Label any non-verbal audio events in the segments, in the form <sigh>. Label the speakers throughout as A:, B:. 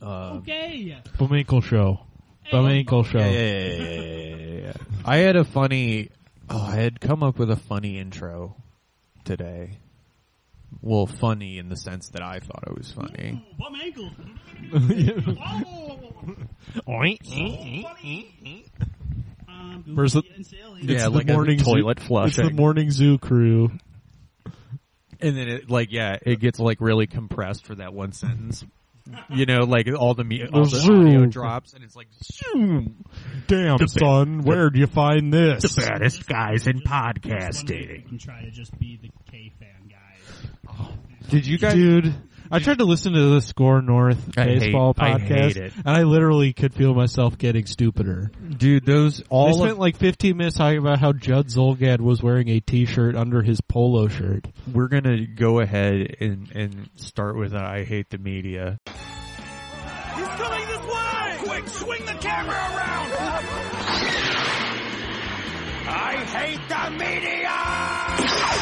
A: uh,
B: Okay.
C: Buminkle show. Buminkle show.
A: yeah, yeah, yeah, yeah, yeah, yeah, yeah. I had a funny. Oh, I had come up with a funny intro today. Well, funny in the sense that I thought it was funny.
B: Bum ankle.
C: <laughs>
B: Oh, um,
C: Where's the-
B: and Sally.
A: Yeah,
C: the
A: like a
C: morning zoo-
D: toilet
C: It's the
D: flushing.
C: morning zoo crew.
A: And then it like yeah, it gets like really compressed for that one sentence. You know, like all the me- all the
C: Zoom.
A: audio drops, and it's like zoom.
C: Damn, son, where'd you find this?
D: baddest guys in
B: Just wondering if we
D: podcasting.
B: can try to just be the K fan guys.
A: <laughs> Did you guys?
C: Dude, I tried to listen to the Score North
D: I hate-
C: baseball
D: I
C: podcast,
D: hate it.
C: and I literally could feel myself getting stupider.
A: Dude, those
C: I
A: all
C: spent
A: of,
C: like 15 minutes talking about how Judd Zolgad was wearing a T-shirt under his polo shirt.
A: we're gonna go ahead and and start with a, I hate the media.
E: He's coming this way! Quick, swing the camera around! I hate the media!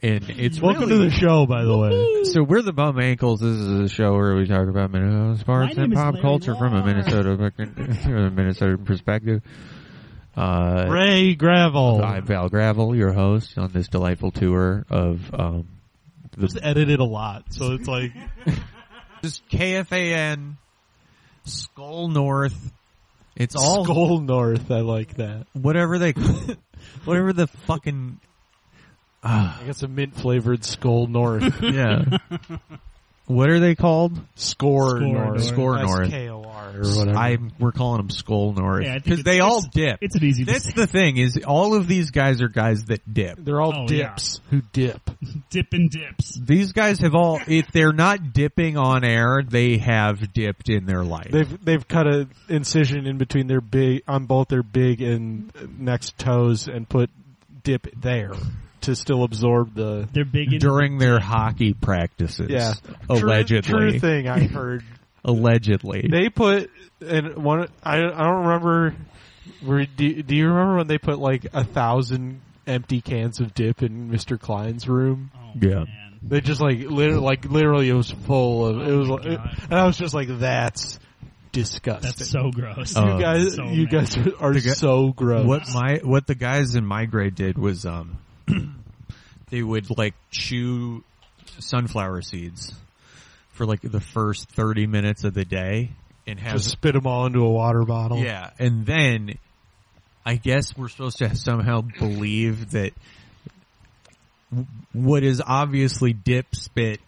A: And it's
C: Welcome
A: really-
C: to the show, by the way.
A: So we're the bum ankles. This is a show where we talk about Minnesota sports
B: name
A: and
B: is
A: pop
B: Larry
A: culture from a
B: Moore.
A: Minnesota <laughs> from a Minnesota perspective. Uh,
C: Ray Gravel.
A: I'm Val Gravel, your host on this delightful tour of um,
C: It's edited a lot, so it's like
A: just KFAN Skull North. It's all
C: Skull North. I like that.
A: whatever they
B: <laughs>
A: whatever the fucking
C: I got some mint flavored Skull North.
A: <laughs> yeah. what are they called?
C: Score,
B: North.
C: North.
A: Score North.
C: S-K-O-R or whatever.
A: I'm we're calling them Skull North
B: Yeah, I think
A: because
B: it's-
A: they all
B: it's-
A: dip.
B: It's an easy
A: That's the thing is all of these guys are guys that dip.
C: They're all
B: Oh,
C: dips who dip.
B: dip and dips.
A: These guys have all if they're not dipping on air, they have dipped in their life.
C: They've they've cut a incision in between their big on both their big and next toes and put dip there to still absorb the
B: They're big and
A: during their hockey practices.
C: yeah
A: Allegedly.
C: true, true thing I heard.
A: Allegedly.
C: they put and one I I don't remember. Were, do, do you remember when they put like a thousand empty cans of dip in Mr. Klein's room?
B: Oh,
A: Yeah.
B: man.
C: They just like literally, like literally, it was full of it was,
B: Oh my
C: like,
B: God.
C: and I was just like, that's disgusting.
B: That's so gross.
A: Oh.
C: you guys,
B: so
C: you
B: mad.
C: guys are, are
A: The guy-
C: so gross.
A: What my what the guys in my grade did was um <clears throat> they would like chew sunflower seeds for like the first 30 minutes of the day and have
C: Just spit them all into a water bottle.
A: Yeah, and then I guess we're supposed to somehow believe that w- what is obviously dip spit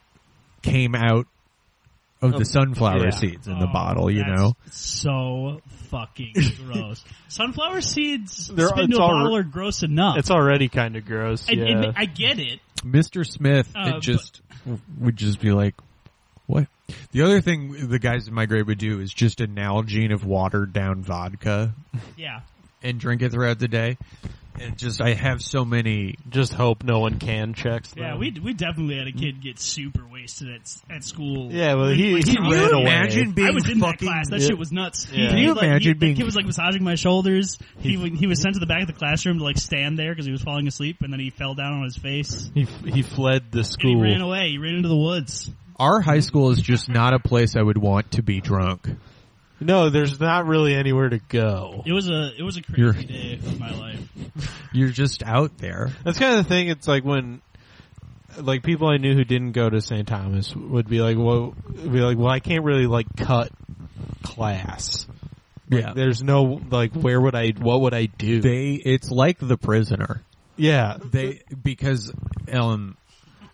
A: came out of the sunflower
C: yeah.
A: seeds in the
B: Oh,
A: bottle, you
B: that's
A: know.
B: So fucking
C: <laughs>
B: gross. Sunflower seeds
C: They're-
B: spit into
C: it's
B: a
C: all
B: bottle
C: re-
B: are gross enough.
C: it's already kind of gross.
B: I,
C: yeah.
B: I get it.
A: Mr. Smith
B: Uh,
A: it just would just be like, "What?" The other thing the guys in my grade would do is just a Nalgene of watered down vodka
B: Yeah.
A: and drink it throughout the day. And just I have so many
C: Just hope no one can checks.
B: Yeah,
C: them.
B: we we definitely had a kid get super wasted at at school.
C: Yeah, well, he-
B: Like,
C: he
B: I
A: Can you
C: ran away.
A: imagine being
B: I was in that
A: fucking-
B: class. That
C: Yeah.
B: shit was nuts.
C: Yeah. Can
B: he,
A: you
B: like,
A: imagine
B: he,
A: being-
B: The kid was like massaging my shoulders. He w- he was sent to the back of the classroom to like stand there because he was falling asleep, and then he fell down on his face.
C: he he fled the
B: And he
C: school.
B: ran away. He ran into the woods.
A: Our high school is just not a place I would want to be drunk.
C: No, there's not really anywhere to go.
B: It was a it was a crazy
A: You're-
B: day of my life.
A: You're just out there.
C: That's kind of the thing. It's like when, like people I knew who didn't go to St. Thomas would be like, "Well, be like, well, I can't really like cut class. Like,
A: Yeah.
C: there's no like, where would I? What would I do?
A: They it's like the prisoner.
C: yeah,
A: They because um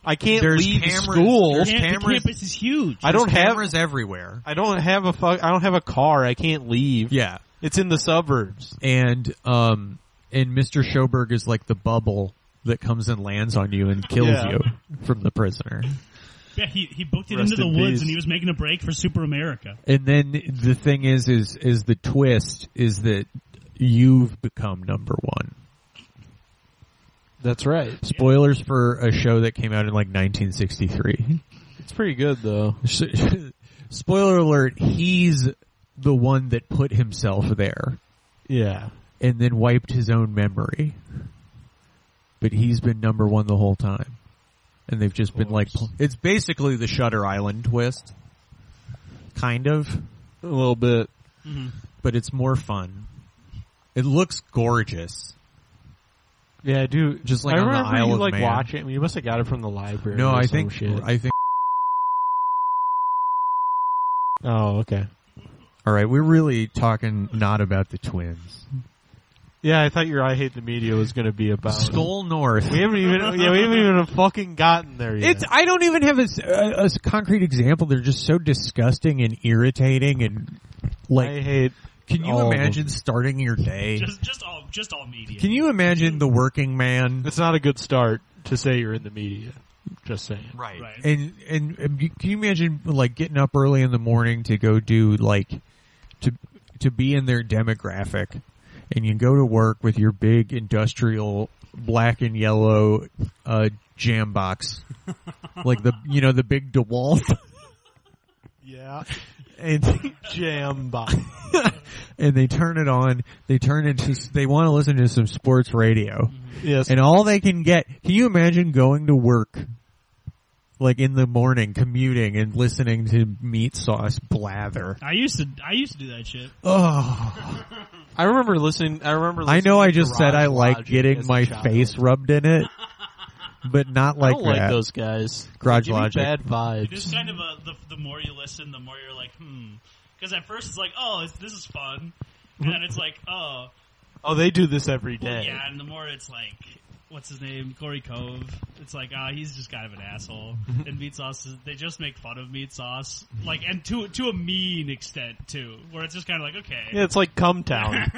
C: I can't
A: There's
C: leave
A: cameras-
C: school.
A: There's
B: Cam- the
A: cameras-
B: campus is huge.
C: I don't
A: there's
C: have.
A: cameras everywhere.
C: I don't have a fuck. I don't have a car. I can't leave.
A: Yeah.
C: It's in the suburbs.
A: And um and Mr. Schoberg is like the bubble that comes and lands on you and kills
C: Yeah.
A: you from the prisoner.
B: yeah, he he booked it
C: Rest
B: into the
C: in
B: woods,
C: peace.
B: and he was making a break for Super America.
A: And then the thing is is is the twist is that you've become number 1.
C: That's right.
A: Spoilers for a show that came out in like 1963.
C: It's pretty good though.
A: <laughs> Spoiler alert, he's the one that put himself there
C: Yeah.
A: and then wiped his own memory. But he's been number one the whole time. and they've just been like,
C: course.
A: it's basically the Shutter Island twist, kind of,
C: a little bit. Mm-hmm.
A: but it's more fun. It looks gorgeous.
C: Yeah, I do.
A: Just like
C: I
A: on the
C: remember
A: Isle
C: you
A: of
C: like
A: Man.
C: watch it. You must have got it from the library.
A: No,
C: or
A: I
C: some
A: think
C: Shit.
A: I think.
C: oh, okay.
A: All right, we're really talking not about the twins.
C: Mm-hmm. Yeah, I thought your "I Hate the Media" was going to be about.
A: Skull North.
C: We haven't even. Yeah, we haven't even fucking gotten there yet.
A: It's. I don't even have a, s- a- a s- concrete example. They're just so disgusting and irritating, and
C: I
A: like,
C: hate.
A: can you
C: all of them.
A: imagine starting your day?
D: Just, just all, just all media.
A: Can you imagine the working man?
C: It's not a good start to say you're in the media. Just saying.
A: Right.
D: Right.
A: And, and and you- can you imagine like getting up early in the morning to go do like to to be in their demographic, and you go to work with your big industrial black and yellow uh,
D: <laughs>
A: jam box, like the you know the big DeWalt,
C: Yeah.
A: and
C: Jam
A: and they turn it on. They turn into they want to listen to some sports radio. <laughs>
C: Yes.
A: and all they can get. Can you imagine going to work, like in the morning, commuting and listening to meat sauce blather?
D: I used to, I used to do that shit.
A: Oh,
C: I remember listening. I remember.
A: I
C: Listening
A: know. I
C: to
A: just said
C: Garage
A: I like
C: Logic
A: getting
C: as a
A: my
C: child.
A: face rubbed
C: <laughs>
A: in it, but not
C: I
A: like
C: don't
A: that.
C: like those guys.
A: Garage
C: They give me
A: Logic.
C: Bad
D: It is
C: vibes.
D: kind of a the, the more you listen, the more you're like, hmm. Because at first it's like, oh, it's, this is fun, and then it's like, oh,
C: Oh, they do this every
D: well,
C: day.
D: yeah. And the more it's like, what's his name, Corey Cove. It's like, ah, he's just kind of an asshole. <laughs> and meat sauce, is, they just make fun of meat sauce, like, and to to a mean extent too, where it's just kind of like, okay,
C: Yeah, it's like Come
A: <laughs>
C: Town.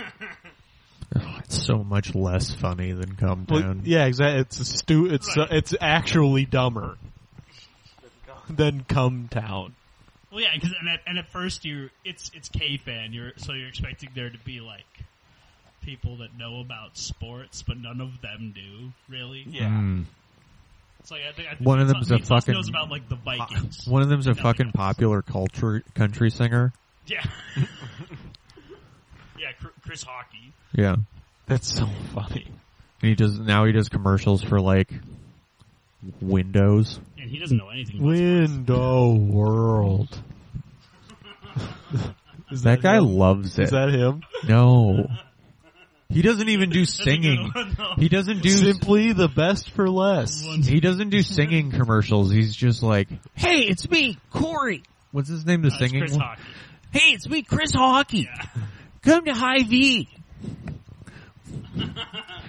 A: Oh, it's so much less funny than Come
C: Well,
A: Down.
C: yeah, exactly. It's a stu- It's
D: Right.
C: it's actually dumber than Come Town.
D: Well, yeah, because and at, and at first you it's it's K fan. You're so you're expecting there to be like people that know about sports, but none of them do really.
A: Mm.
D: It's like I think, I think
A: One of
D: Meat
A: them's
D: Sauce-
A: a
D: Meat Sauce
A: fucking-
D: knows about like the Vikings.
A: <laughs> One of them's a
D: Nothing
A: fucking
D: else.
A: popular culture country singer.
D: Yeah, <laughs> yeah, Cr- Chris Hockey.
A: Yeah, and
C: That's so funny.
A: he does now. He does commercials for like Windows.
D: And he doesn't know anything. About
C: Window World. is
A: That guy
C: Him?
A: loves it.
C: Is that him?
A: No. He doesn't even do
D: sports. That's a good
A: singing.
D: one, though.
A: He doesn't
C: <laughs>
A: do
C: Simply the best for less.
D: One-
A: he doesn't do singing commercials. He's just like, "Hey, it's me, Corey." What's his name? The
D: Uh, it's
A: singing
D: Chris
A: one?
D: Hockey.
A: Hey, it's me, Chris Hockey. Come to High V.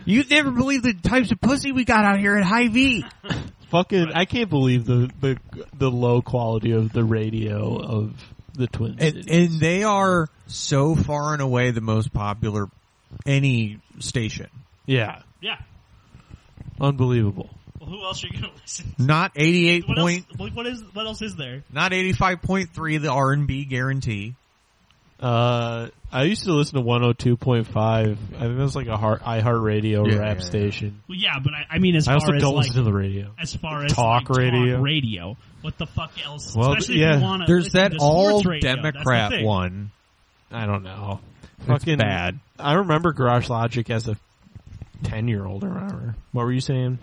A: You'd never believe the types of pussy we got out here at High V.
C: Fucking,
D: Right.
C: I can't believe the, the the low quality of the radio of the Twin
A: And,
C: Cities.
A: and they are so far and away the most popular any station.
C: yeah,
D: Yeah.
C: unbelievable.
D: Well, who else are you gonna listen? to?
A: Not eighty-eight
D: What
A: point,
D: else? Like, what is? What else is there?
A: not eighty-five point three. The R and B guarantee.
C: Uh, I used to listen to 102.5. I think that's like a heart, iHeartRadio
A: Yeah,
C: rap
A: yeah, yeah.
C: station.
D: Well, yeah, but I, I mean, as
C: I
D: far
C: also
D: as
C: don't
D: like,
C: listen to the radio.
D: as far as
C: Talk
D: like,
C: radio.
D: talk radio. What the fuck else?
C: Well,
D: Especially
C: yeah.
D: if you want to.
A: There's that
D: to
A: all
D: sports radio. That's the
A: Democrat
D: thing.
A: one.
C: I don't know.
A: That's
C: Fucking
A: bad.
C: I remember Garage Logic as a ten year old or whatever. What were you saying?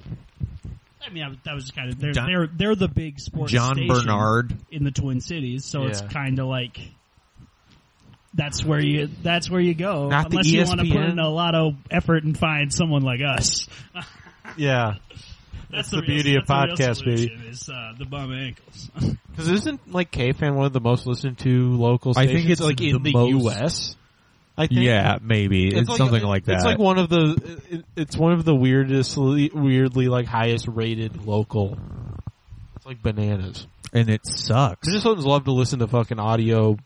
D: I mean, I- that was kind of they're
A: John-
D: they're they're the big sports
A: John
D: station
A: Bernard.
D: in the Twin Cities, so it's
C: Yeah.
D: kind of like that's where you that's where you go
C: Not the E
D: unless you want to put
C: ESPN.
D: in a lot of effort and find someone like us.
C: Yeah,
D: That's,
C: the
D: real-
C: beauty of
D: that's the real
C: podcast, baby.
D: solution Is uh, the bum ankles? <laughs>
C: because isn't like K fan one of the most listened to local?
A: I
C: Stations,
A: think it's
C: like in
A: the
C: the,
A: most-
C: U.S. I think
A: Yeah, maybe it's, something like that.
C: It's like one of the. it- It's one of the weirdest, weirdly like highest rated local. It's like bananas.
A: and it sucks.
C: Minnesotans love to listen to fucking audio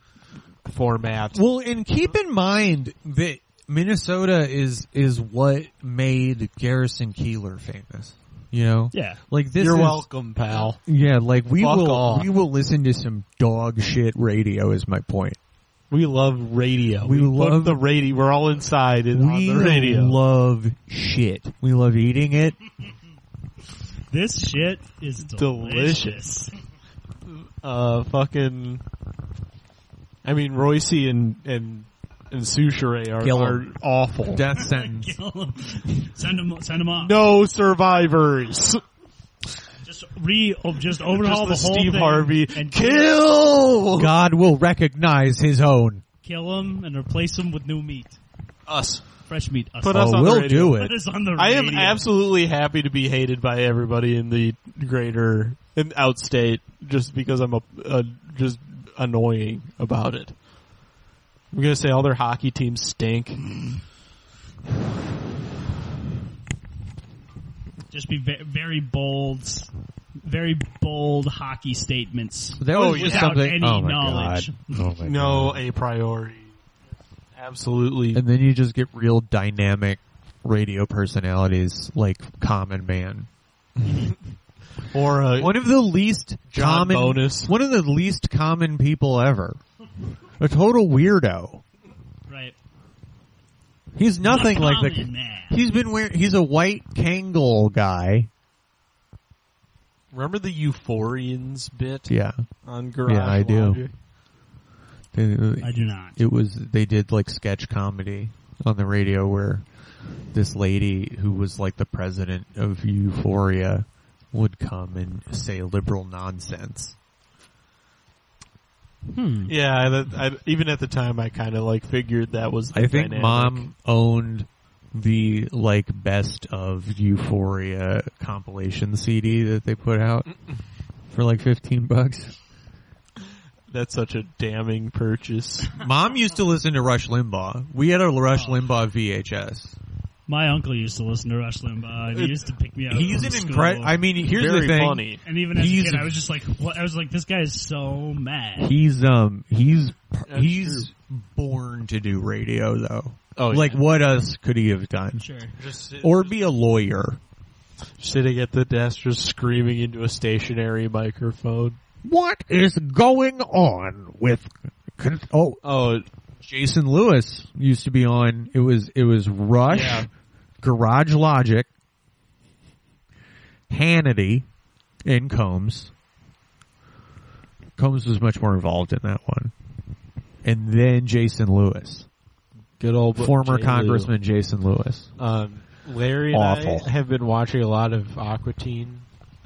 C: formats.
A: Well, and keep in mind that Minnesota is is what made Garrison Keeler famous. You know,
D: Yeah,
A: like this.
C: You're
A: is-
C: welcome, pal.
A: Yeah, like we
C: Fuck
A: will
C: off.
A: we will listen to some dog shit radio. Is my point.
C: We love radio.
A: We
C: put
A: love-
C: the radio. We're all inside and on
A: we
C: the radio.
A: love shit. We love eating it.
D: this shit is
C: Delicious. uh, fucking. I mean, Royce and and and Souchere are,
A: Kill 'em.
C: are awful.
A: Death sentence.
D: <laughs> Kill 'em. send them, send them off.
C: no survivors.
D: Just just re oh, just overhaul
C: Just
D: the,
C: the
D: whole
C: Steve
D: thing
C: Harvey
D: and
C: kill
A: God will recognize his own.
D: kill him and replace him with new meat,
C: us.
D: fresh meat. Us.
C: Put
A: Oh,
C: us on the
A: we'll
C: radio.
A: do
D: Put
A: it.
D: this on the
C: I am
D: radio.
C: absolutely happy to be hated by everybody in the greater in outstate just because I'm a, a just annoying about it. I'm gonna say all their hockey teams stink.
A: Mm-hmm.
D: just be ve- very bold, very bold hockey statements.
A: That
C: Oh,
A: was just
D: without
A: something.
D: any
A: oh my
D: knowledge.
A: god! Oh my
C: No
A: God.
C: a priori. Absolutely.
A: and then you just get real dynamic radio personalities like Common Man.
C: Or uh, a,
A: One of the least
C: John
A: common,
C: Bonus.
A: one of the least common people ever. A total weirdo.
D: Right.
A: He's nothing like the.
D: Common man.
A: He's been wearing. He's a white Kangol guy.
C: remember the Euphorians bit
A: Yeah,
C: on Garage
A: Yeah, I do.
C: Logic?
D: I do not.
A: it was they did like sketch comedy on the radio where this lady who was like the president of Euphoria would come and say liberal nonsense.
C: Yeah, I, I, even at the time, I kind of like figured that was. The
A: I think
C: dynamic.
A: mom owned the like best of Euphoria compilation CD that they put out for like 15 bucks.
C: That's such a damning purchase.
A: Mom used to listen to Rush Limbaugh. We had a Rush Limbaugh VHS.
D: My uncle used to listen to Rush Limbaugh. And he used to pick me up.
A: He's an
D: from school.
A: incredible, I mean, here's
C: Very
A: the thing.
C: funny.
D: And even as
A: he's
D: a kid,
A: a-
D: I was just like, what? I was like, this guy is so mad.
A: He's um he's
C: That's
A: he's born to do radio though.
C: Oh,
A: like what else could he have done?
D: Sure.
C: just
A: Or be a lawyer?
C: sitting at the desk, just screaming into a stationary microphone.
A: What is going on with? con- Oh,
C: Oh,
A: Jason Lewis used to be on. It was it was Rush,
C: Yeah.
A: Garage Logic, Hannity, and Combs. Combs was much more involved in that one, and then Jason Lewis,
C: good old
A: former
C: Jay Lou.
A: Congressman Jason Lewis.
C: Um, Larry and
A: Awful.
C: I have been watching a lot of Aquatine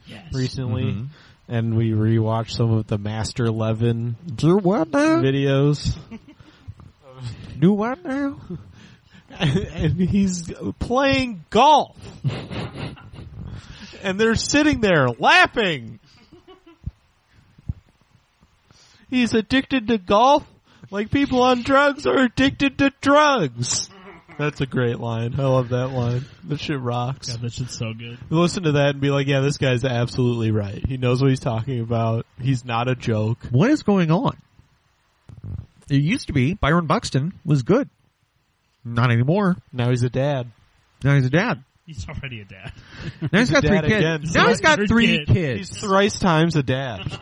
D: Yes.
C: recently,
A: Mhm.
C: and we rewatched some of the Master Levin
A: Do what now?
C: videos.
A: Do what now?
C: <laughs> and he's playing golf. and they're sitting there laughing. He's addicted to golf like people on drugs are addicted to drugs. That's a great line. I love that line. That shit rocks.
D: God, that shit's so good.
C: Listen to that and be like, yeah, this guy's absolutely right. He knows what he's talking about. He's not a joke.
A: What is going on? It used to be Byron Buxton was good. Not anymore.
C: Now he's a dad.
A: Now he's a dad. <laughs>
D: He's already a dad.
A: Now he's got
C: a
A: three
C: dad
A: kids.
C: again.
A: Now he's got
D: Third
A: three
D: kid.
A: kids.
C: He's thrice times a dad.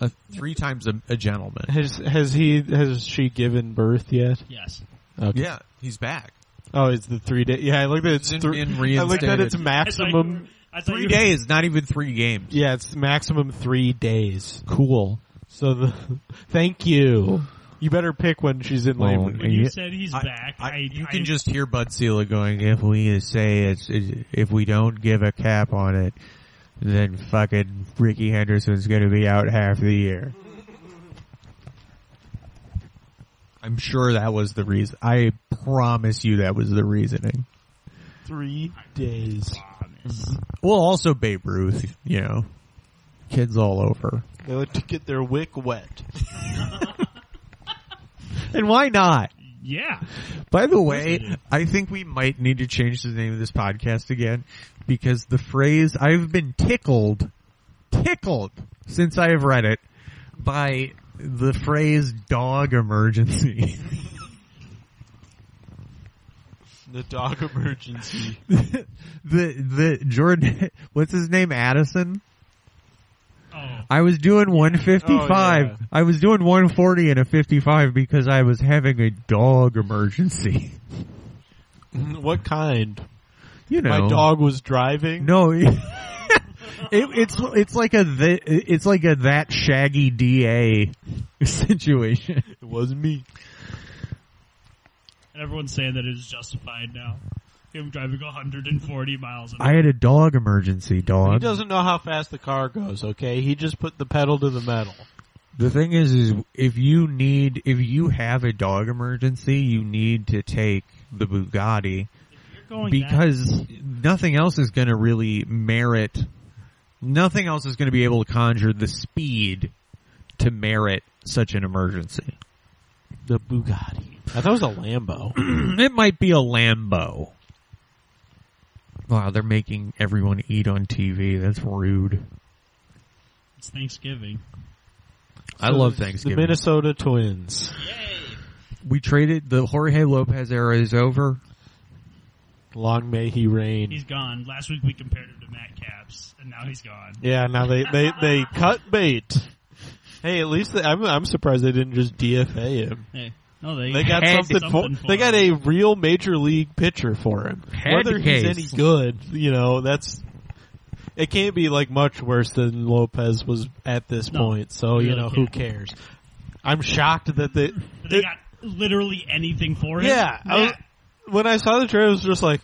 A: Uh, three times a, a gentleman.
C: Has has he has she given birth yet?
D: Yes.
C: Okay.
A: Yeah, he's back.
C: Oh, it's the three day. Yeah, I like that. It's
A: It's
C: thr-
A: in- in
C: I like that.
A: reinstated.
C: It's maximum.
D: I thought
A: Three
D: you-
A: days, not even three games.
C: Yeah, it's maximum three days.
A: Cool.
C: So the <laughs> thank you. You better pick when she's in
A: Well,
C: labor.
D: When you
A: Yeah.
D: said he's
A: I-
D: back, I,
A: you
D: I-
A: can just hear Bud Sela going, "If we say it's, if we don't give a cap on it, then fucking Ricky Henderson's going to be out half the year." I'm sure that was the reason. I promise you that was the reasoning.
C: Three days.
D: promise.
A: Well, also Babe Ruth, you know, kids all over.
C: They like to get their wick wet.
A: And why not?
D: Yeah.
A: By the way, I think we might need to change the name of this podcast again because the phrase I've been tickled, tickled since I have read it by the phrase dog emergency. <laughs>
C: The dog <laughs> emergency.
A: the, the Jordan, <laughs> what's his name? Addison?
D: Oh.
A: I was doing 155.
C: Oh, yeah.
A: I was doing 140 and a 55 because I was having a dog emergency. <laughs>
C: what kind?
A: You know.
C: My dog was driving.
A: No, <laughs> it, it's it's like a th- it's like a that shaggy DA situation.
C: It wasn't me.
D: And everyone's saying that it is justified now.
B: him driving 140 miles an hour.
A: I had a dog emergency,
C: He
A: dog.
C: doesn't know how fast the car goes, okay? He just put the pedal to the metal.
A: The thing is, is if you need, if you have a dog emergency, you need to take the Bugatti
B: You're
C: Oh,
B: going that-
A: because nothing else is going to really merit, nothing else is going to be able to conjure the speed to merit such an emergency.
C: The Bugatti. I thought it was a Lambo.
A: <clears throat> it might be a Lambo. Wow, they're making everyone eat on TV. That's rude.
B: it's Thanksgiving.
A: I love
C: the
A: Thanksgiving.
C: Minnesota Twins.
A: we traded the Jorge Lopez era is over.
C: Long may he reign.
B: He's gone. Last week we compared him to Matt Caps, and now he's gone.
C: Yeah, now they, they, they cut bait. Hey, at least they, I'm I'm surprised they didn't just DFA him.
B: Hey, no, they,
C: They got
A: Had
C: something, for, they got a real major league pitcher for him.
A: Had
C: Whether he's
A: case.
C: any good, you know, that's it can't be like much worse than Lopez was at this
B: No,
C: point. So you
B: really
C: know, who
B: can't.
C: cares? I'm shocked that they.
B: But they got literally anything for him.
C: yeah, I was- when I saw the trailer, I was just like,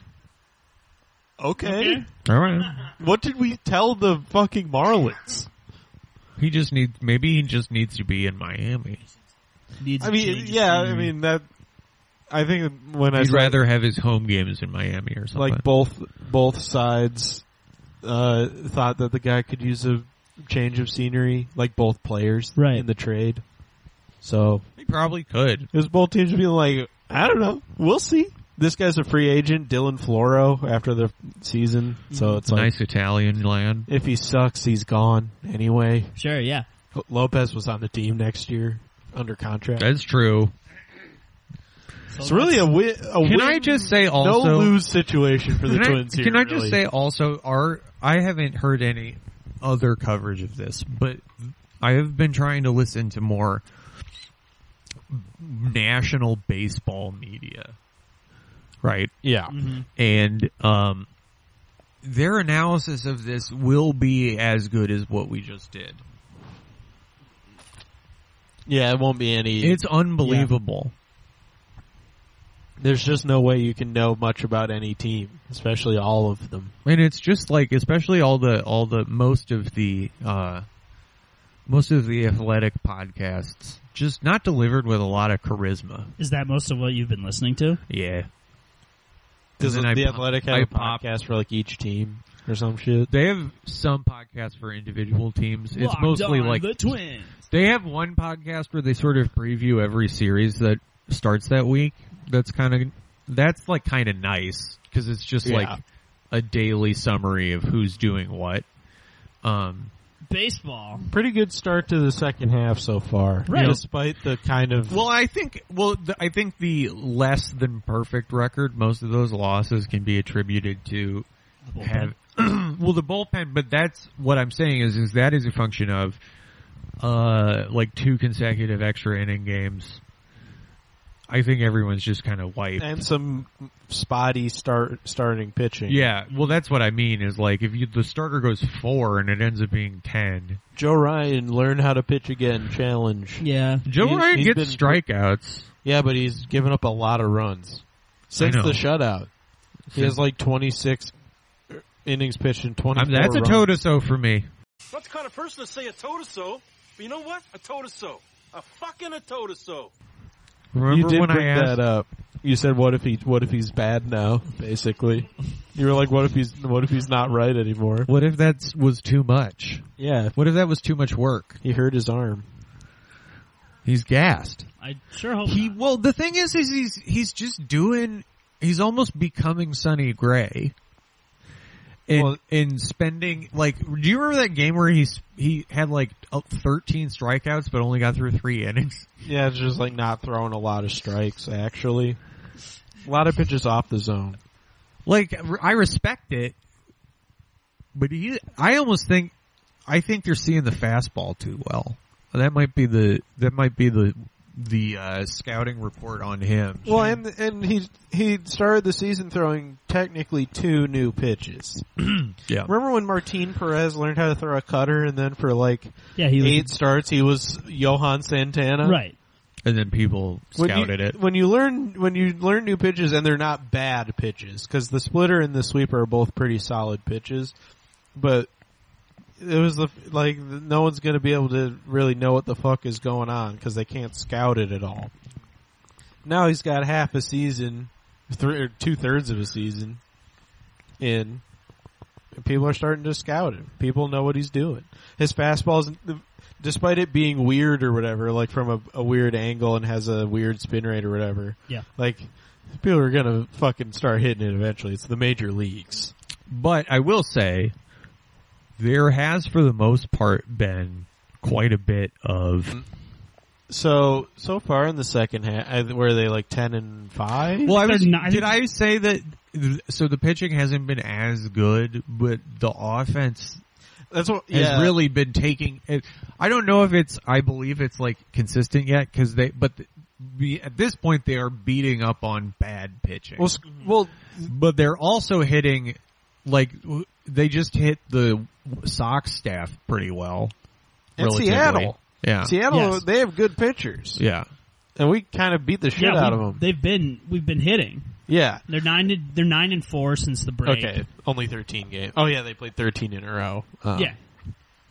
C: okay,
B: Okay.
A: All right.
C: what did we tell the fucking Marlins?
A: He just needs, maybe he just needs to be in Miami.
B: Needs
C: I
B: to
C: mean,
B: change his
C: yeah, I
B: team.
C: mean that. I think when I
A: He'd
C: saw
A: rather have his home games in Miami or something.
C: like both both sides uh, thought that the guy could use a change of scenery, like both players
D: Right.
C: in the trade. So
A: he probably could.
C: it was both teams being like, I don't know, we'll see. This guy's a free agent, Dylan Floro, after the season. So it's like
A: nice Italian land.
C: if he sucks, he's gone anyway.
D: Sure, yeah.
C: Lopez was on the team next year under contract.
A: That's true.
B: So
C: it's really a win. A
A: Can
C: win,
A: I just say
C: no
A: also?
C: lose situation for the
A: can
C: Twins
A: I,
C: here.
A: Can I just
C: really.
A: say also, our I haven't heard any other coverage of this, but I have been trying to listen to more national baseball media, right?
C: Yeah.
A: And um, their analysis of this will be as good as what we just did.
C: Yeah, it won't be any.
A: It's unbelievable.
C: There's just no way you can know much about any team, especially all of them.
A: and it's just like especially all the all the most of the uh most of the athletic podcasts just not delivered with a lot of charisma
D: Is that most of what you've been listening to?
A: yeah
C: Does
A: And
C: the
A: then I pop-
C: athletic have
A: I
C: a
A: pop-
C: podcast for like each team or some shit?
A: they have some podcasts for individual teams it's
D: Locked
A: mostly
D: on
A: like
D: the twins.
A: they have one podcast where they sort of preview every series that starts that week that's kind of that's like kind of nice because it's just
C: Yeah.
A: like a daily summary of who's doing what um
B: baseball.
C: Pretty good start to the second half so far,
A: Right.
C: despite the kind of
A: Well, I think well, th- I think the less than perfect record. Most of those losses can be attributed to have <clears throat> well the bullpen. But that's what I'm saying is is that is a function of uh like two consecutive extra inning games. I think everyone's just kind of wiped.
C: and some spotty start starting pitching.
A: yeah, well, that's what I mean. Is like if you, the starter goes four and it ends up being ten.
C: Joe Ryan learn how to pitch again challenge.
D: Yeah.
A: Joe
C: He's-
A: Ryan
C: he's
A: gets
C: been-
A: strikeouts.
C: Yeah, but he's given up a lot of runs since
A: know.
C: the shutout. He has like 26 innings pitched and 24
A: Um, that's a
C: runs.
A: Totoso for me.
E: That's kind of person to say a toe to so. But you know what? A toe to so. A fucking a toe to so.
A: Remember
C: you did
A: when
C: bring
A: I asked
C: that up. You said, "What if he? What if he's bad now?" Basically, you were like, "What if he's? What if he's not right anymore?"
A: What if that was too much?
C: Yeah,
A: What if that was too much work?
C: he hurt his arm.
A: He's gassed.
B: I sure hope
A: He
B: not.
A: well, the thing is, is he's he's just doing. He's almost becoming Sonny Gray. And,
C: Well-
A: and spending like, do you remember that game where he's he had like uh, thirteen strikeouts but only got through three innings? <laughs>
C: Yeah, it's just like not throwing a lot of strikes. Actually, a lot of pitches off the zone.
A: Like, I respect it, but he, I almost think, I think they're seeing the fastball too well. That might be the that might be the the uh, scouting report on him.
C: Well, and and he he started the season throwing technically two new pitches.
A: Yeah.
C: Remember when Martin Perez learned how to throw a cutter, and then for like
D: Yeah, he was
C: eight starts, he was Johan Santana.
D: right.
A: and then people scouted
C: you,
A: it.
C: When you learn when you learn new pitches and they're not bad pitches because the splitter and the sweeper are both pretty solid pitches, but it was the like no one's going to be able to really know what the fuck is going on because they can't scout it at all. Now he's got half a season, three or two thirds of a season, in. and People are starting to scout him. People know what he's doing. His fastball's despite it being weird or whatever, like from a, a weird angle and has a weird spin rate or whatever.
D: Yeah.
C: Like people are gonna fucking start hitting it eventually. It's the major leagues.
A: But I will say, there has for the most part been quite a bit of
C: So so far in the second half, were they like ten and five?
A: Well, I
D: They're
A: was,
D: not- I
A: did
D: think-
A: I say that? th- So the pitching hasn't been as good, but the offense
C: that's what.
A: has
C: Yeah,
A: really been taking. It. I don't know if it's. I believe it's like consistent yet because they. But th- be- at this point, they are beating up on bad pitching.
C: Well, s- well,
A: but they're also hitting like w- they just hit the Sox staff pretty well.
C: And
A: relatively.
C: Seattle.
A: yeah,
C: Seattle
D: Yes.
C: they have good pitchers,
A: yeah.
C: and we kind of beat the shit
D: yeah,
C: out
D: we-
C: of them.
D: They've been we've been hitting.
C: yeah.
D: They're nine. and- They're nine and four since the break.
C: Okay, only thirteen games. Oh yeah, they played thirteen in a row. Um,
D: Yeah.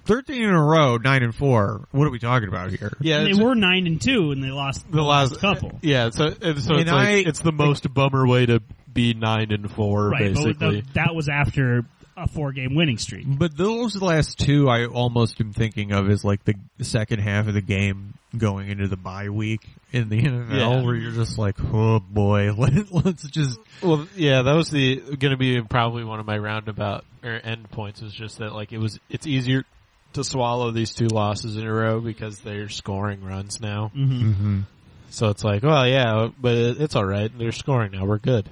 A: Thirteen in a row, nine and four. What are we talking about here?
C: yeah.
D: And
C: it's-
D: they were nine and two, and they lost
C: the last
D: couple.
C: Yeah, so and so
A: And
C: it's like,
A: I-
C: it's the most bummer way to be nine and four,
D: Right, but
C: basically.
D: th- that was after a four-game winning streak.
A: But those last two, I almost am thinking of as like the second half of the game going into the bye week in the <laughs> NFL,
C: Yeah.
A: where you're just like, oh boy, <laughs> let, let's just
C: well, yeah, that was the going to be probably one of my roundabout or end points was just that like it was it's easier to swallow these two losses in a row because they're scoring runs now.
D: Mm-hmm.
C: So it's like, well, yeah, but it, it's all right. They're scoring now. We're good.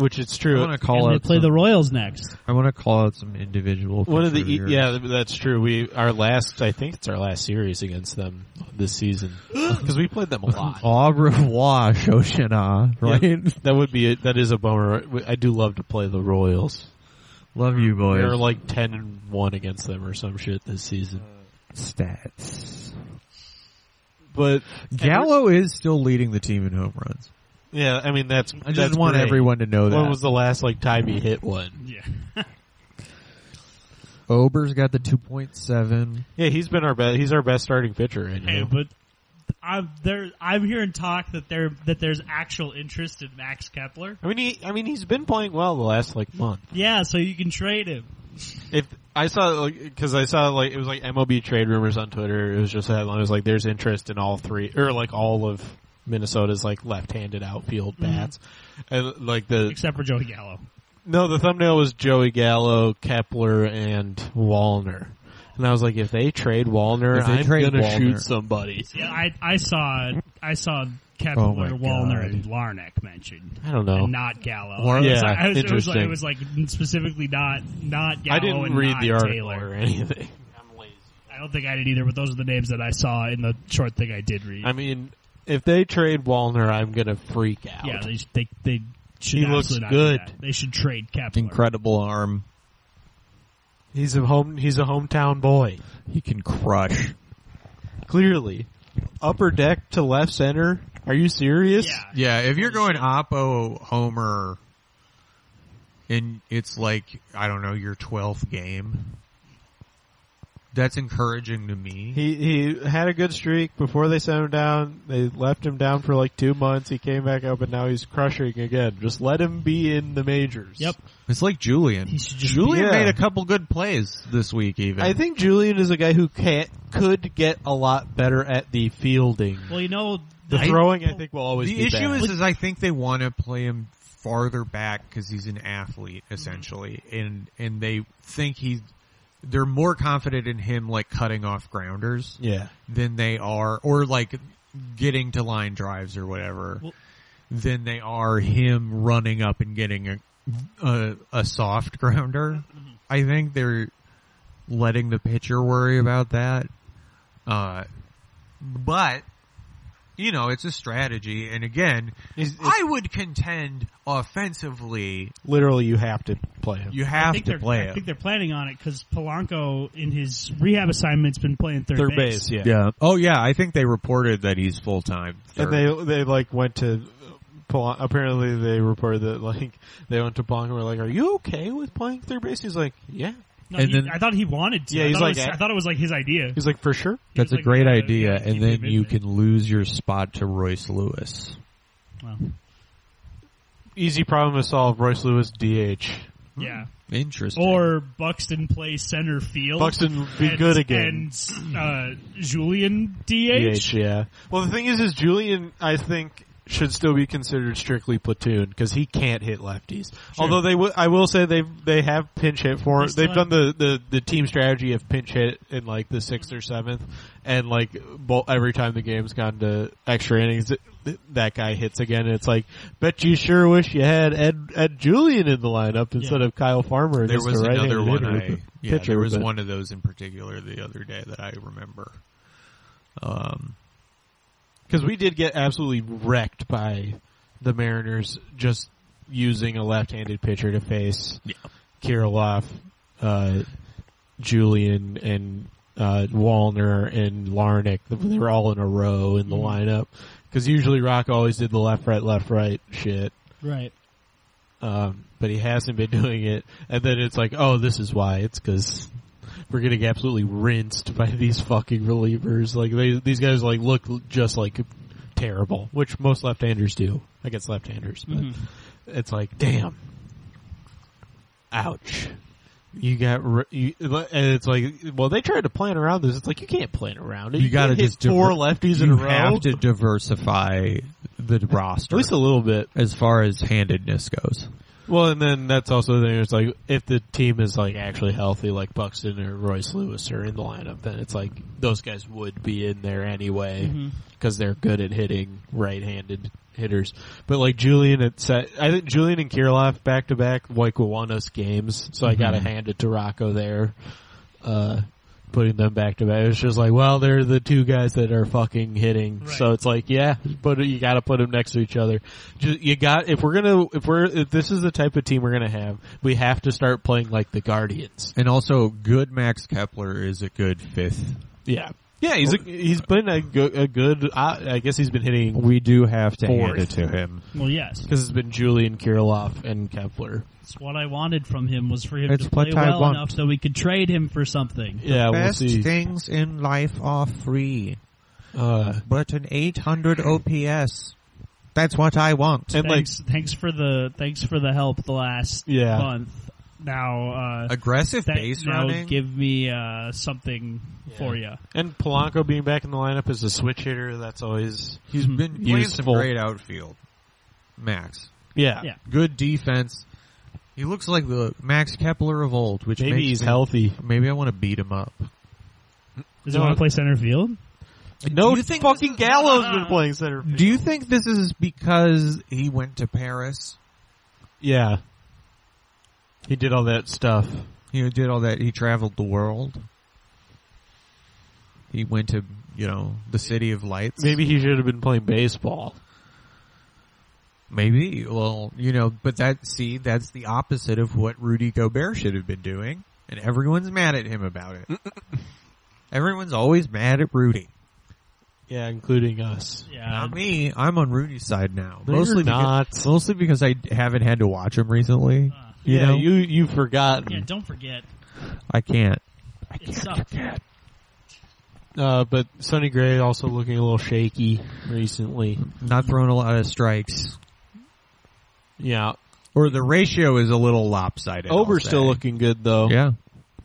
C: Which it's
A: I
C: true.
A: want to
D: And
A: call
D: they
A: out.
D: play the
A: some,
D: Royals next.
A: I want to call out some individual.
C: One of the E-
A: contributors. <laughs>
C: yeah, that's true. We our last, I think it's our last series against them this season <gasps> because we played them a lot.
A: Au revoir, Shoshana. Right,
C: Yeah, <laughs> that would be it. That is a bummer. I do love to play the Royals.
A: love you boys.
C: They're like ten and one against them or some shit this season.
A: Stats.
C: But
A: Gallo is still leading the team in home runs.
C: yeah, I mean that's
A: I just
C: that's
A: want
C: great.
A: everyone to know
C: When
A: that.
C: was the last like time he hit one?
D: <laughs> Yeah.
A: Ober's got the two point seven.
C: Yeah, he's been our best. He's our best starting pitcher right now.
B: Hey,
D: But I'm there. I'm hearing talk that there that there's actual interest in Max Kepler.
C: I mean, he I mean he's been playing well the last like month.
D: Yeah, so you can trade him.
C: If I saw like because I saw like it was like MLB trade rumors on Twitter. It was just a headline. It was like there's interest in all three or like all of Minnesota's like left-handed outfield bats, and like the
D: except for Joey Gallo.
C: No, the thumbnail was Joey Gallo, Kepler, and Wallner. And I was like, if they trade Wallner,
A: If they
C: I'm
A: trade
C: gonna
A: Wallner-
C: shoot somebody.
D: Yeah, I I saw I saw Kepler,
A: Oh my
D: Wallner,
A: God.
D: and Larnack mentioned.
C: I don't know.
D: And not Gallo.
A: Or-
D: I was
C: Yeah,
D: like- I was- it, was like,
C: interesting.
D: it was like specifically not not Gallo.
C: I didn't
D: and
C: read
D: not
C: the article or
D: Taylor.
C: anything.
D: I don't think I did either. But those are the names that I saw in the short thing I did read.
C: I mean, if they trade Wallner, I'm gonna freak out.
D: yeah, they they they should
C: He looks
D: absolutely not
C: good.
D: Do that. They should trade Kepler.
A: Incredible arm.
C: he's a home. He's a hometown boy.
A: He can crush.
C: Clearly, upper deck to left center. Are you serious?
D: Yeah.
A: Yeah, if you're going Oppo Homer, and it's like I don't know your twelfth game, that's encouraging to me.
C: He he had a good streak before they sent him down. They left him down for like two months. He came back up, and now he's crushing again. Just let him be in the majors.
D: Yep.
A: It's like Julian.
D: He should just
A: Julian
C: Yeah.
A: made a couple good plays this week. Even
C: I think Julian is a guy who can could get a lot better at the fielding.
D: Well, you know,
C: The
D: I-
C: throwing, I think, will always
A: the
C: be
A: issue
C: bad.
A: is, is I think they want to play him farther back because he's an athlete
C: Mm-hmm.
A: essentially, and and they think he's they're more confident in him like cutting off grounders.
C: yeah,
A: than they are, or like getting to line drives or whatever,
D: Well-
A: than they are him running up and getting a a, a soft grounder. I think they're letting the pitcher worry about that. Uh, but you know, it's a strategy. And again,
C: He's- it's-
A: I would contend offensively,
C: literally, you have to play him.
A: you
D: I
A: have
D: think
A: to
D: they're
A: play
D: I
A: it.
D: think they're planning on it because Polanco in his rehab assignment's been playing third,
C: Third base, yeah.
A: Yeah. Oh yeah, I think they reported that he's full time.
C: And they they like went to Polon- apparently they reported that like they went to Polanco and were like, "Are you okay with playing third base?" He's like, "Yeah."
D: No,
A: And
D: he-
A: then-
D: I thought he wanted to.
C: Yeah,
D: I
C: he's
D: thought it
C: like
D: was-
C: a-
D: I thought it was like his idea.
C: He's like, "For sure."
A: That's
D: He
A: a
D: was like,
A: great
D: uh,
A: idea,
D: yeah, keep
A: and
D: him
A: then
D: in
A: you
D: there.
A: can lose your spot to Royce Lewis.
D: Well,
C: Easy problem to solve. Royce Lewis DH.
D: yeah,
A: Interesting.
D: or Buxton plays center field.
C: Buxton be
D: and-
C: good again.
D: And uh, Julian DH.
C: DH, yeah. Well, the thing is, is Julian I think should still be considered strictly platoon because he can't hit lefties. Although they, w- I will say they they have pinch hit for
D: They
C: they've
D: still
C: done the, the the team strategy of pinch hit in like the sixth or seventh, and like bo- every time the game's gone to extra innings, th- th- that guy hits again. And it's like, bet you sure wish you had Ed, Ed Julian in the lineup instead of Kyle Farmer.
A: there
C: just
A: was
C: a right-handed
A: another one.
C: hitter with
A: I,
C: a
A: yeah,
C: pitcher,
A: there was
C: but-
A: one of those in particular the other day that I remember. Um,
C: Because we did get absolutely wrecked by the Mariners just using a left-handed pitcher to face
A: Yeah.
C: Kirilov, uh, Julian, and uh, Walner and Larnick. They were all in a row in the lineup. Because usually Rock always did the left, right, left, right shit.
D: Right.
C: Um, but he hasn't been <laughs> doing it. And then it's like, oh, this is why. It's because we're getting absolutely rinsed by <laughs> these fucking relievers. Like they, these guys like look just like terrible, which most left-handers do against left-handers. But it's like, damn, ouch. You got, ri- you, and it's like, well, they tried to plan around this. It's like you can't plan around it.
A: You gotta
C: can't hit
A: just
C: four
A: diver-
C: lefties in
A: you
C: a row.
A: have to diversify the roster
C: At least a little bit.
A: as far as handedness goes.
C: Well, and then that's also the thing. It's like if the team is like actually healthy, like Buxton or Royce Lewis are in the lineup, then it's like those guys would be in there anyway because they're good at hitting right-handed hitters. But like Julian, at set, I think Julian and Kirilov back to back like won us games, so I got to hand it to Rocco there, uh, putting them back to back. It's just like, well, they're the two guys that are fucking hitting,
D: Right.
C: so it's like, yeah, but you got to put them next to each other. Ju- you got if we're gonna if we're if this is the type of team we're gonna have, we have to start playing like the Guardians.
A: And also, good Max Kepler is a good fifth.
C: Yeah. Yeah, he's a, he's been a, go- a good. Uh, I guess he's been hitting
A: We do have to
C: Fourth.
A: hand it to him.
D: Well, yes.
C: Because it's been Julian Kirilov and Kepler.
D: That's what I wanted from him was for him
A: That's
D: to play
A: what I
D: well
A: want.
D: enough so we could trade him for something.
C: Yeah, we'll
A: Best
C: see.
A: things in life are free,
C: Uh,
A: but an 800 OPS. That's what I want.
C: and like,
D: Thanks, thanks for the thanks for the help the last
C: Yeah.
D: month. Now, uh,
A: Aggressive
D: that-
A: base
D: now
A: running.
D: give me uh, something for you.
C: and Polanco being back in the lineup as a switch hitter, that's always
A: He's been playing
C: Useful.
A: some great outfield. Max,
C: yeah.
D: Yeah.
A: good defense. He looks like the Max Kepler of old, which
C: Maybe
A: makes
C: he's
A: me-
C: healthy.
A: Maybe I want to beat him up.
D: Does
C: No.
D: he want to play center field?
C: No,
A: Do you think
C: fucking Gallo's been playing center.
A: Do you think this is because he went to Paris?
C: Yeah, he did all that stuff.
A: He did all that. He traveled the world. He went to you know the city of lights.
C: Maybe he should have been playing baseball.
A: Maybe. Well, you know, but that see, that's the opposite of what Rudy Gobert should have been doing, and everyone's mad at him about it. everyone's always mad at Rudy.
C: Yeah, including us.
D: Yeah.
A: Not me. I'm on Rudy's side now.
C: No,
A: mostly
C: you're not.
A: Because, mostly because I haven't had to watch him recently.
D: Uh,
A: You
C: yeah,
A: know,
C: you you forgot.
D: yeah. Don't forget,
A: I can't.
D: it sucked.
C: Uh, but Sonny Gray also looking a little shaky recently.
A: Not throwing a lot of strikes,
C: Yeah,
A: or the ratio is a little lopsided. I'll
C: Ober's still
A: say.
C: looking good though.
A: yeah,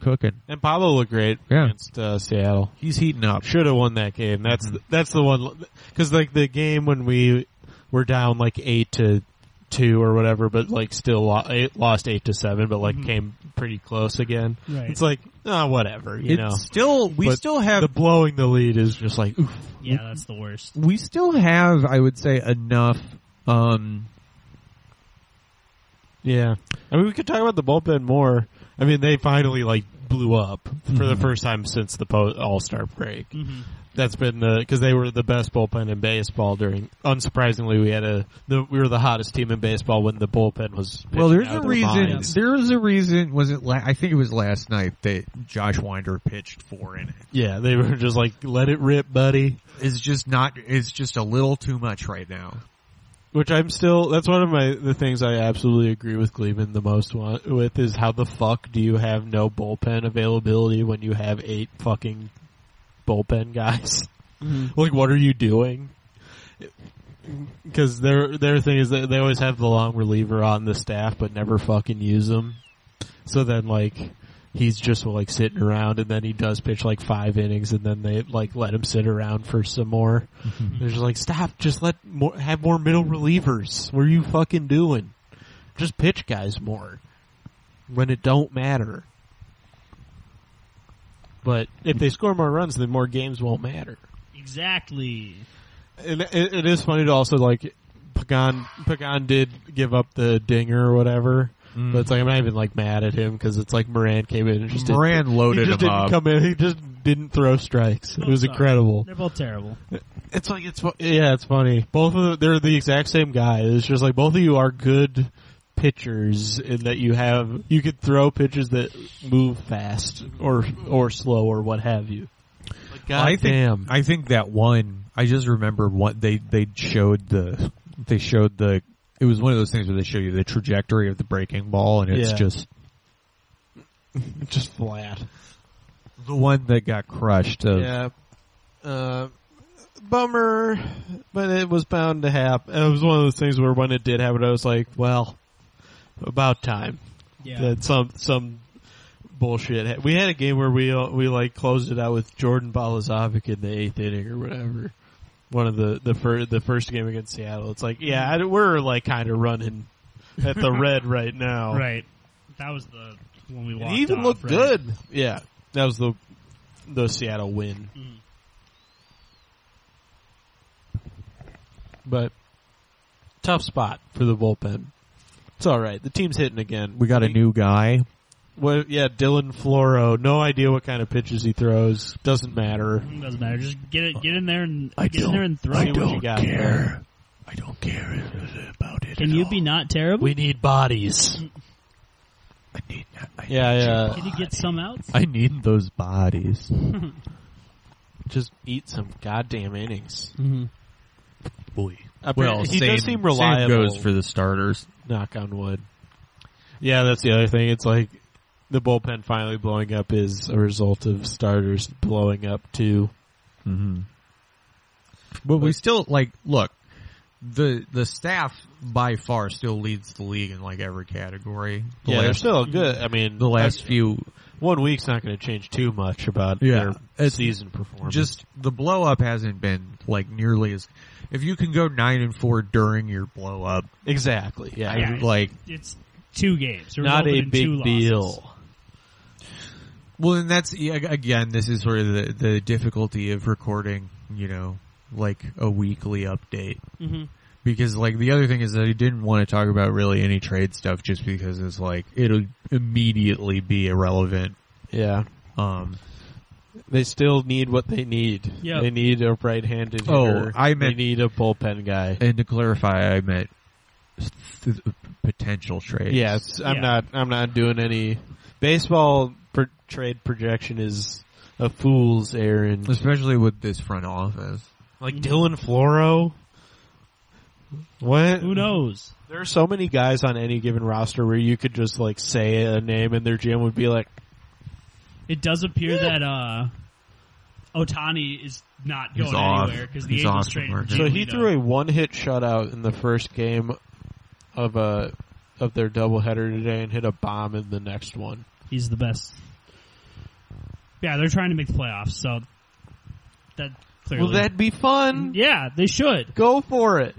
A: cooking.
C: And Pablo looked great
A: Yeah.
C: against uh, Seattle.
A: He's heating up. Mm-hmm.
C: Should have won that game. That's the, that's the one because like the game when we were down like eight to two or whatever, but like still lo- it lost eight to seven, but like
A: Mm-hmm.
C: came pretty close again.
D: Right.
C: It's like ah, whatever, you
A: it's
C: know.
A: still we
C: But
A: still have
C: the blowing the lead is just like oof.
D: Yeah, that's the worst.
A: we still have, I would say, enough. Um,
C: Yeah, I mean we could talk about the bullpen more. I mean, they finally like blew up for the
A: Mm-hmm.
C: first time since the po- All Star break.
D: Mm-hmm.
C: That's been the because they were the best bullpen in baseball during. Unsurprisingly, we had a the, we were the hottest team in baseball when the bullpen was.
A: Well,
C: pitching
A: there's
C: out
A: a
C: their
A: reason.
C: minds.
A: There is a reason. Was it? La- I think it was last night that Josh Winder pitched four innings.
C: Yeah, they were just like, "Let it rip, buddy."
A: It's just not. It's just a little too much right now.
C: Which I'm still. That's one of my the things I absolutely agree with Cleveland the most wa- with is how the fuck do you have no bullpen availability when you have eight fucking bullpen guys? like, what are you doing? Because their their thing is that they always have the long reliever on the staff, but never fucking use them. So then, like, he's just like sitting around, and then he does pitch like five innings, and then they like let him sit around for some more. They're just like, stop, just let more have more middle relievers. What are you fucking doing? Just pitch guys more when it don't matter. But if they score more runs, then more games won't matter.
D: Exactly.
C: And it, it is funny to also like Pagan. Pagan did give up the dinger or whatever, but it's like I'm not even like mad at him because it's like Moran came in and just didn't-
A: Moran
C: he
A: loaded
C: just
A: him
C: didn't
A: up.
C: come in. He just didn't throw strikes. It was
D: sorry.
C: incredible.
D: They're both terrible.
C: It's like it's fu- yeah, it's funny. Both of them, they're the exact same guy. It's just like both of you are good pitchers in that you have you could throw pitches that move fast or or slow or what have you. Like, God
A: I think.
C: damn.
A: I think that one. I just remember what they they showed the they showed the. It was one of those things where they show you the trajectory of the breaking ball, and it's
C: Yeah.
A: just
C: just flat.
A: the one that got crushed. Of,
C: Yeah. Uh, bummer, but it was bound to happen. It was one of those things where when it did happen, I was like, well, about time.
D: Yeah.
C: that some some bullshit. ha- We had a game where we uh, we like closed it out with Jordan Balazovic in the eighth inning or whatever. One of the the first the first game against Seattle. It's like yeah, I- we're like kind of running
D: <laughs>
C: at the red right now.
D: Right. That was the when we
C: And
D: walked.
C: he even
D: off,
C: looked
D: right?
C: good. Yeah, that was the the Seattle win. But tough spot for the bullpen. It's all right. The team's hitting again.
A: we got a new guy.
C: What? Yeah, Dylan Floro. No idea what kind of pitches he throws. Doesn't matter.
D: Doesn't matter. Just get it. Get in there and
A: I
D: get in there
A: don't-
D: and throw.
C: See what you got.
A: I don't care about it.
D: Can you be not terrible?
C: We need bodies.
A: I need, I,
C: Yeah,
D: Can
C: yeah.
D: you get some outs?
A: I need those bodies.
C: Just eat some goddamn innings.
A: Boy.
C: Well, he does seem reliable.
A: Same goes for the starters.
C: knock on wood. Yeah, that's the other thing. It's like the bullpen finally blowing up is a result of starters blowing up too.
A: But we still like look the the staff by far still leads the league in like every category. The
C: yeah, they're
A: last,
C: still good. I mean,
A: the last
C: I-
A: few
C: one week's not going to change too much about
A: Yeah,
C: their
A: it's
C: season performance.
A: just the blow up hasn't been like nearly as if you can go nine and four during your blow up
C: exactly. Yeah,
A: I- like
D: It's two games. It
C: not
D: resulted
C: a
D: in two
C: big
D: losses.
C: deal.
A: Well, and that's yeah, again, this is sort of the the difficulty of recording, you know, like a weekly update.
D: Mhm.
A: Because like the other thing is that I didn't want to talk about really any trade stuff just because it's like it'll immediately be irrelevant.
C: Yeah.
A: Um,
C: They still need what they need.
D: Yep.
C: They need a right-handed
A: Oh,
C: hitter.
A: I meant-
C: they need a bullpen guy.
A: and to clarify, I meant th- potential trades.
C: Yes, I'm
D: Yeah.
C: not. I'm not doing any baseball pro- trade projection is a fool's errand.
A: especially with this front office.
C: Like Dylan Floro. What?
D: Who knows?
C: There are so many guys on any given roster where you could just like say a name and their GM would be like,
D: It does appear that uh, Otani is not
A: He's
D: going
A: off.
D: anywhere because the
A: He's
D: Angels
A: awesome
D: traded
A: right
D: Gio
A: now.
C: So he
D: Ito.
C: threw a one-hit shutout in the first game of uh of their doubleheader today, and hit a bomb in the next one.
D: He's the best. Yeah, they're trying to make the playoffs, so that clearly.
C: Well, that'd be fun.
D: yeah, they should.
C: Go for it.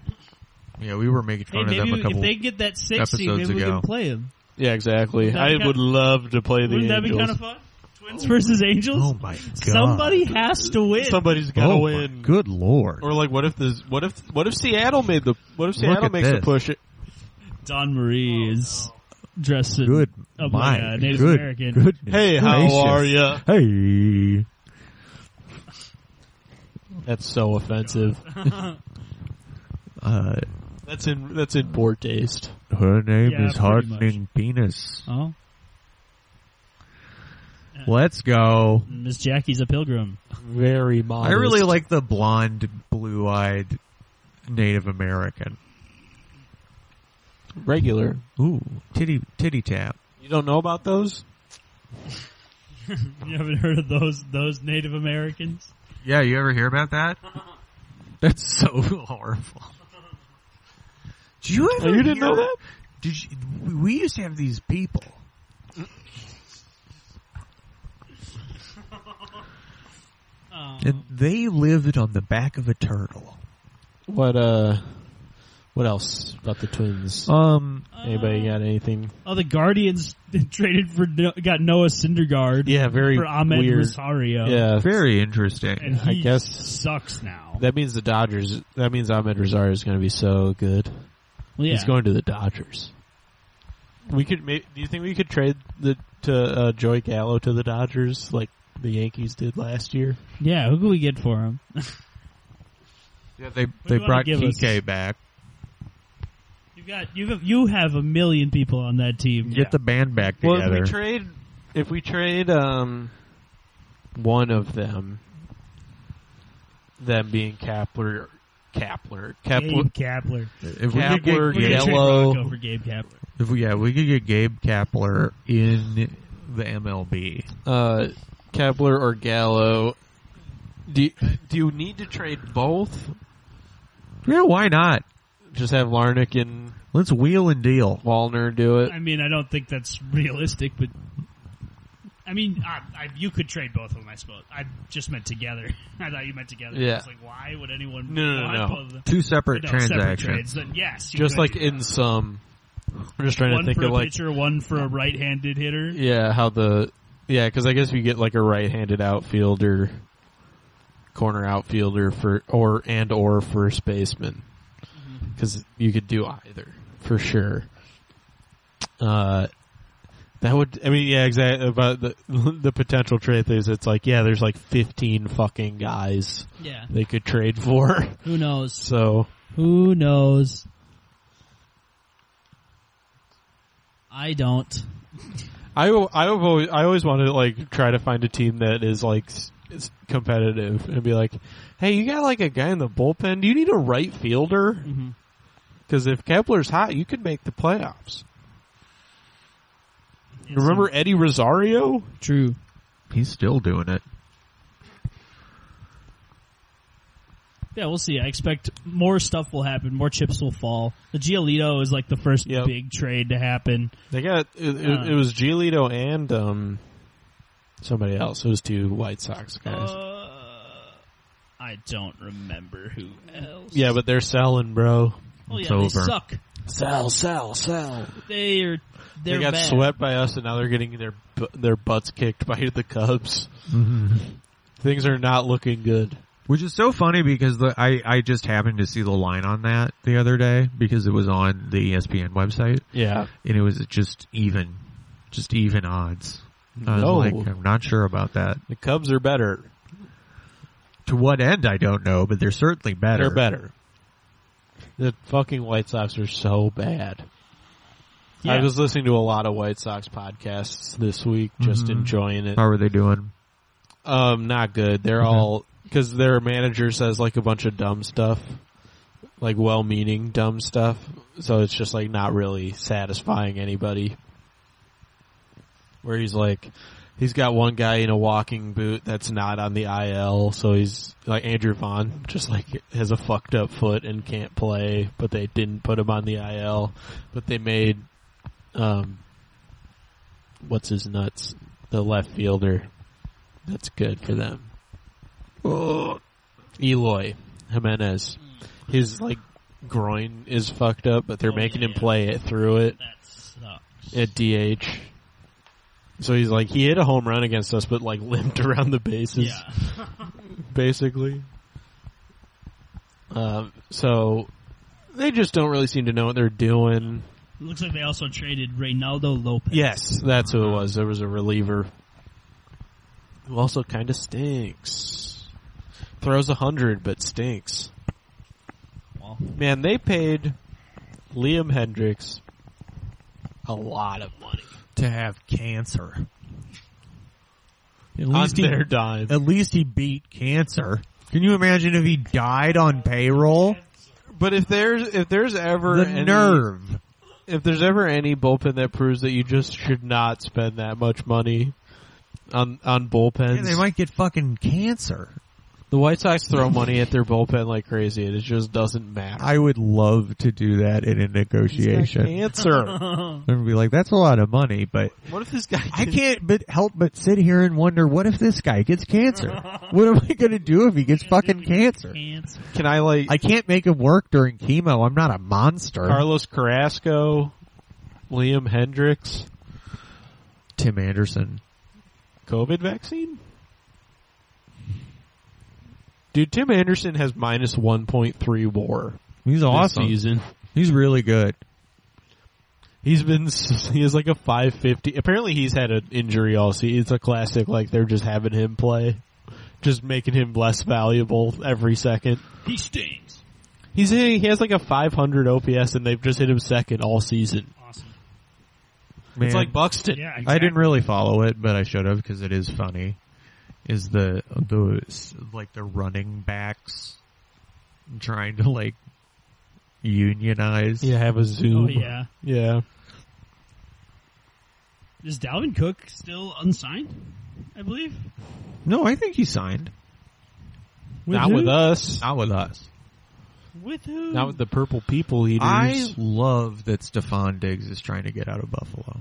A: Yeah, we were making
D: Hey,
A: fun of
D: maybe
A: them a couple.
D: if they get that six seed, maybe
A: episodes
D: we
A: ago.
D: can play them.
C: Yeah, exactly.
D: That'd be
C: I
D: kind-
C: would love to play the
D: Wouldn't that be
C: Angels.
D: kind of fun? Twins versus Angels.
A: oh my god!
D: Somebody has to win.
C: <laughs> Somebody's got to
A: oh my,
C: win.
A: good lord!
C: Or like, what if this? What if? What if Seattle made the? What if Seattle
A: at
C: makes a
A: this.
C: push?
D: Don Marie is dressed in
A: Good.
D: of
A: my,
D: like a Oh, Native
A: good,
D: American.
A: good
C: Hey, how
A: gracious.
C: are ya?
A: Hey.
C: That's so offensive.
A: Uh,
C: That's in that's in poor taste.
A: her name
D: Yeah,
A: is
D: pretty
A: Hardening Penis.
D: Oh,
A: Let's go.
D: Miss Jackie's a pilgrim.
C: Very modest.
A: I really like the blonde, blue-eyed Native American.
C: regular.
A: Ooh, titty, titty tap.
C: You don't know about those?
D: <laughs> You haven't heard of those those Native Americans?
A: Yeah, you ever hear about that?
D: <laughs>
A: That's so horrible. Do you ever?
C: Oh, you didn't know
A: hear-
C: that?
A: Did you, we used to have these people? And
D: Oh.
A: they lived on the back of a turtle.
C: What uh what else about the twins?
A: Um,
C: Anybody got anything?
D: Oh, the Guardians <laughs> traded for No- got Noah Syndergaard
C: Yeah, very
D: for Ahmed
C: weird.
D: Rosario.
C: Yeah.
A: very interesting.
D: and
C: I
D: he
C: guess-
D: sucks now.
C: That means the Dodgers that means Ahmed Rosario is gonna be so good.
D: Well, yeah.
C: He's going to the Dodgers. We could. Maybe, do you think we could trade the to uh, Joey Gallo to the Dodgers like the Yankees did last year?
D: yeah, who can we get for him?
A: Yeah, they
D: do
A: they
D: you wanna
A: brought
D: give us?
A: Kike back.
D: You've got you have you have a million people on that team.
A: Get the band back
C: Well, if
A: together.
C: we trade, if we trade um, one of them, them being Kapler, Kapler, Kepler,
D: Gabe Kapler.
A: if we could
C: Kapler,
A: get
D: We could trade
C: Gallo.
D: Rocco for Gabe Kapler.
A: If we, yeah, we could get Gabe Kapler in the MLB.
C: uh, Kepler or Gallo. Do you, do you need to trade both?
A: Yeah, why not?
C: Just have Larnick and
A: Let's wheel and deal.
C: Wallner do it.
D: I mean, I don't think that's realistic, but I mean, I, I, you could trade both of them, I suppose. I just meant together. <laughs> I thought you meant together.
C: Yeah.
D: I was like, why would anyone?
C: No, no,
D: want
C: no.
D: both of them?
A: Two separate
D: No, separate
A: transactions.
D: trades. Then yes, you
C: Just
D: could
C: like
D: do
C: in
D: that.
C: some. I'm just trying to
D: one
C: think
D: for
C: of
D: a
C: like
D: pitcher, one for a right-handed hitter.
C: Yeah, how the yeah, because I guess you get like a right-handed outfielder, corner outfielder for or and or first baseman,
D: Mm-hmm.
C: because you could do either for sure. Uh, that would I mean yeah exactly about the <laughs> the potential trade things. It's like yeah, there's like 15 fucking guys
D: Yeah.
C: they could trade for. <laughs>
D: Who knows?
C: So
D: Who knows? I don't.
C: I I have always, I always wanted to like try to find a team that is like s- is competitive and be like, hey, you got like a guy in the bullpen. Do you need a right fielder? Because if Kepler's hot, you could make the playoffs. Remember Eddie Rosario?
D: True.
A: He's still doing it.
D: Yeah, we'll see. I expect more stuff will happen. More chips will fall. The Giolito is like the first
C: Yep.
D: big trade to happen.
C: They got it,
D: Uh.
C: it, it was Giolito and um somebody else. It was two White Sox guys.
D: Uh, I don't remember who else.
C: yeah, but they're selling, bro.
D: oh, yeah,
A: It's
D: they
A: over.
D: suck.
C: Sell, sell, sell.
D: They are. They're
C: they got
D: bad.
C: swept by us, and now they're getting their bu- their butts kicked by the Cubs. Things are not looking good.
A: Which is so funny because the, I, I just happened to see the line on that the other day because it was on the E ESPN website
C: Yeah,
A: and it was just even, just even odds. I was
C: No.
A: like, I'm not sure about that.
C: the Cubs are better.
A: To what end, I don't know, but they're certainly better.
C: They're better. The fucking White Sox are so bad. I
D: Yeah.
C: was listening to a lot of White Sox podcasts this week, just
A: Mhm.
C: enjoying it.
A: How are they doing?
C: Um, not good. They're all because their manager says like a bunch of dumb stuff, like well-meaning dumb stuff. So it's just like not really satisfying anybody. Where he's like, he's got one guy in a walking boot that's not on the IL, so he's like Andrew Vaughn, just like has a fucked up foot and can't play, but they didn't put him on the IL, but they made, um, what's his nuts, the left fielder, that's good for them. Oh. Eloy Jimenez, his like groin is fucked up, but they're
D: Oh,
C: making
D: yeah,
C: him
D: yeah.
C: play it through it
D: That sucks.
C: at DH. So he's like he hit a home run against us, but like <laughs> limped around the bases
D: Yeah.
C: basically. Um, so they just don't really seem to know what they're doing.
D: Looks like they also traded Reynaldo Lopez.
C: Yes, that's who it was. There was a reliever who also kind of stinks. Throws a hundred, but stinks.
D: Well.
C: Man, they paid Liam Hendricks a lot of money
A: to have cancer. At
C: on
A: least he,
C: their dime.
A: at least he beat cancer. Can you imagine if he died on payroll?
C: But if there's if there's ever
A: The
C: any,
A: nerve.
C: if there's ever any bullpen that proves that you just should not spend that much money on on bullpens,
A: Yeah, they might get fucking cancer.
C: the White Sox throw money at their bullpen like crazy, and it just doesn't matter.
A: I would love to do that in a negotiation. <laughs>
C: Answer.
D: <laughs>
A: And be like, that's a lot of money, but
C: what if this guy?
A: I can't but help but sit here and wonder, what if this guy gets <laughs> cancer? What am I gonna do if he gets fucking cancer?
D: Cancer.
C: Can I like
A: I can't make him work during chemo. I'm not a monster.
C: Carlos Carrasco, Liam Hendricks,
A: Tim Anderson.
C: COVID vaccine? Dude, Tim Anderson has minus one point three WAR
A: He's
C: this
A: awesome.
C: season.
A: He's really good.
C: He's been s- he has like a five fifty. Apparently, he's had an injury all season. It's a classic. Like they're just having him play, just making him less valuable every second.
D: He stinks.
C: He's he has like a five hundred OPS, and they've just hit him second all season.
D: Awesome.
A: Man.
C: It's like Buxton.
D: Yeah, exactly.
A: I didn't really follow it, but I should have because it is funny. Is the the like the running backs trying to like unionize?
C: You have a
D: Oh
C: Zoom.
D: yeah.
C: yeah.
D: Is Dalvin Cook still unsigned? I believe.
A: No, I think he signed.
C: Not
A: who?
C: with us.
A: Not with us.
D: With who?
C: Not with the purple people eaters.
A: I love that Stefan Diggs is trying to get out of Buffalo.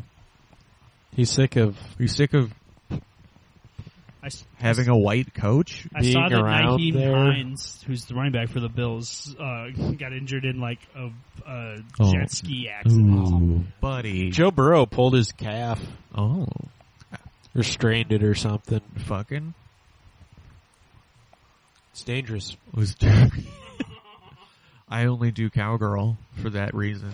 C: He's sick of
A: Are you sick of
D: I, s-
A: having a white coach?
D: I saw
C: being
D: that
C: around
D: Naheem
C: there.
D: Hines, who's the running back for the Bills, uh, got injured in like a, a
A: Oh.
D: jet ski accident.
A: buddy.
C: Joe Burrow pulled his calf
A: Oh,
C: or strained it or something.
A: fucking
C: It's dangerous.
A: was. <laughs> I only do cowgirl for that reason.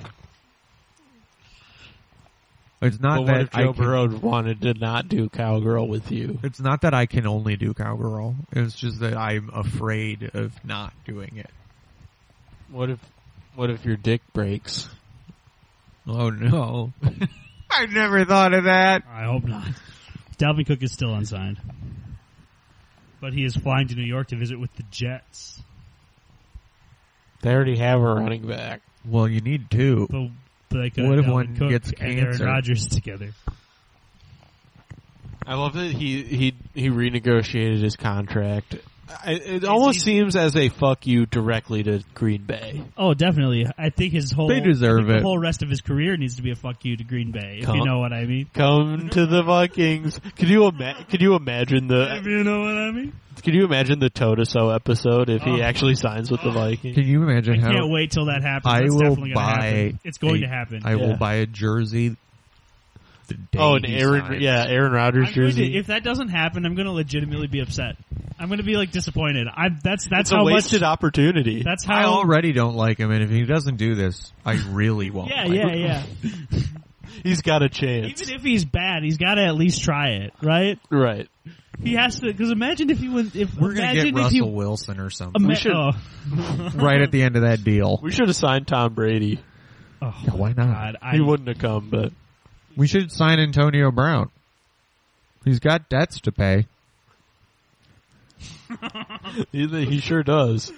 A: It's
C: But
A: not
C: what
A: that
C: if
A: I
C: Joe
A: can,
C: Burrow wanted to not do cowgirl with you?
A: it's not that I can only do cowgirl. It's just that I'm afraid of not doing it.
C: What if what if your dick breaks?
A: Oh no!
C: <laughs>
A: I never thought of that.
D: I hope not. Dalvin Cook is still unsigned, but he is flying to New York to visit with the Jets.
C: They already have a running back.
A: Well, you need two.
D: But like, uh,
A: What if
D: Dalvin
A: one
D: Cook
A: gets
D: and Aaron
A: cancer?
D: Rodgers together.
C: I love that he he he renegotiated his contract. I, it almost seems as a fuck you directly to Green Bay.
D: Oh, definitely. I think his whole
A: They
D: I
A: deserve
D: think
A: it.
D: The whole rest of his career needs to be a fuck you to Green Bay, if
C: Come-
D: you know what I mean.
C: Come to the Vikings. Could you ima- could you imagine
D: If
C: the
D: you know what I mean.
C: could you imagine the Totoso episode if
D: Oh.
C: he actually signs with the Vikings?
A: Can you imagine how
D: Can't wait till that happens.
A: I
D: It's
A: will
D: definitely gonna
A: buy
D: Happen. It's going to
A: a-
D: happen.
A: I will
C: Yeah.
A: buy a jersey? The day
C: Oh, and
A: he
C: Aaron,
A: signs.
C: yeah, Aaron Rodgers
D: I'm going to,
C: jersey.
D: if that doesn't happen, I'm going to legitimately be upset. I'm going to be like disappointed. I that's that's
C: it's
D: how
C: a
D: much
C: wasted opportunity.
D: that's
A: I
D: how
A: already don't like him, and if he doesn't do this, I really won't.
D: <laughs> yeah,
A: like
D: yeah,
A: him. <laughs>
D: yeah.
C: He's got a chance,
D: Even if he's bad, he's got to at least try it, right?
C: right?
D: He has to because imagine if he was if
A: We're gonna
D: imagine
A: get Russell
D: if he
A: Wilson or something
D: ima-
C: should-
D: oh,
A: right at the end of that deal.
C: We should have signed Tom Brady.
D: oh,
A: Yeah, why not?
D: God, I,
C: he wouldn't have come, but
A: We should sign Antonio Brown. He's got debts to pay.
C: he, he sure does.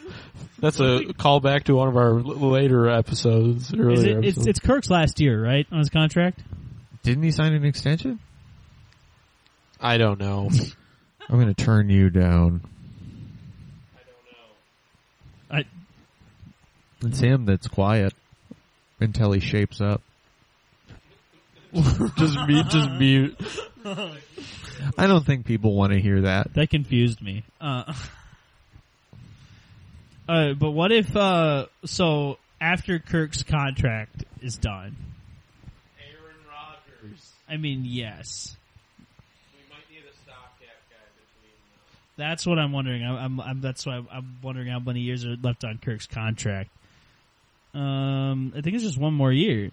C: That's a callback to one of our l- later episodes. Earlier
D: Is it, it's
C: episodes.
D: it's Kirk's last year, right, on his contract?
A: Didn't he sign an extension?
C: I don't know.
A: I'm gonna turn you down.
D: I,
A: It's him that's quiet until he shapes up.
C: <laughs> just mute. Just mute.
A: I don't think people want to hear that.
D: that confused me. Uh, <laughs> uh, but what if uh, so after Kirk's contract is done?
C: Aaron Rodgers.
D: I mean, yes,
C: We might need a stopgap guy uh,
D: that's what I'm wondering. I'm, I'm, I'm that's why I'm wondering how many years are left on Kirk's contract. Um, I think it's just one more year.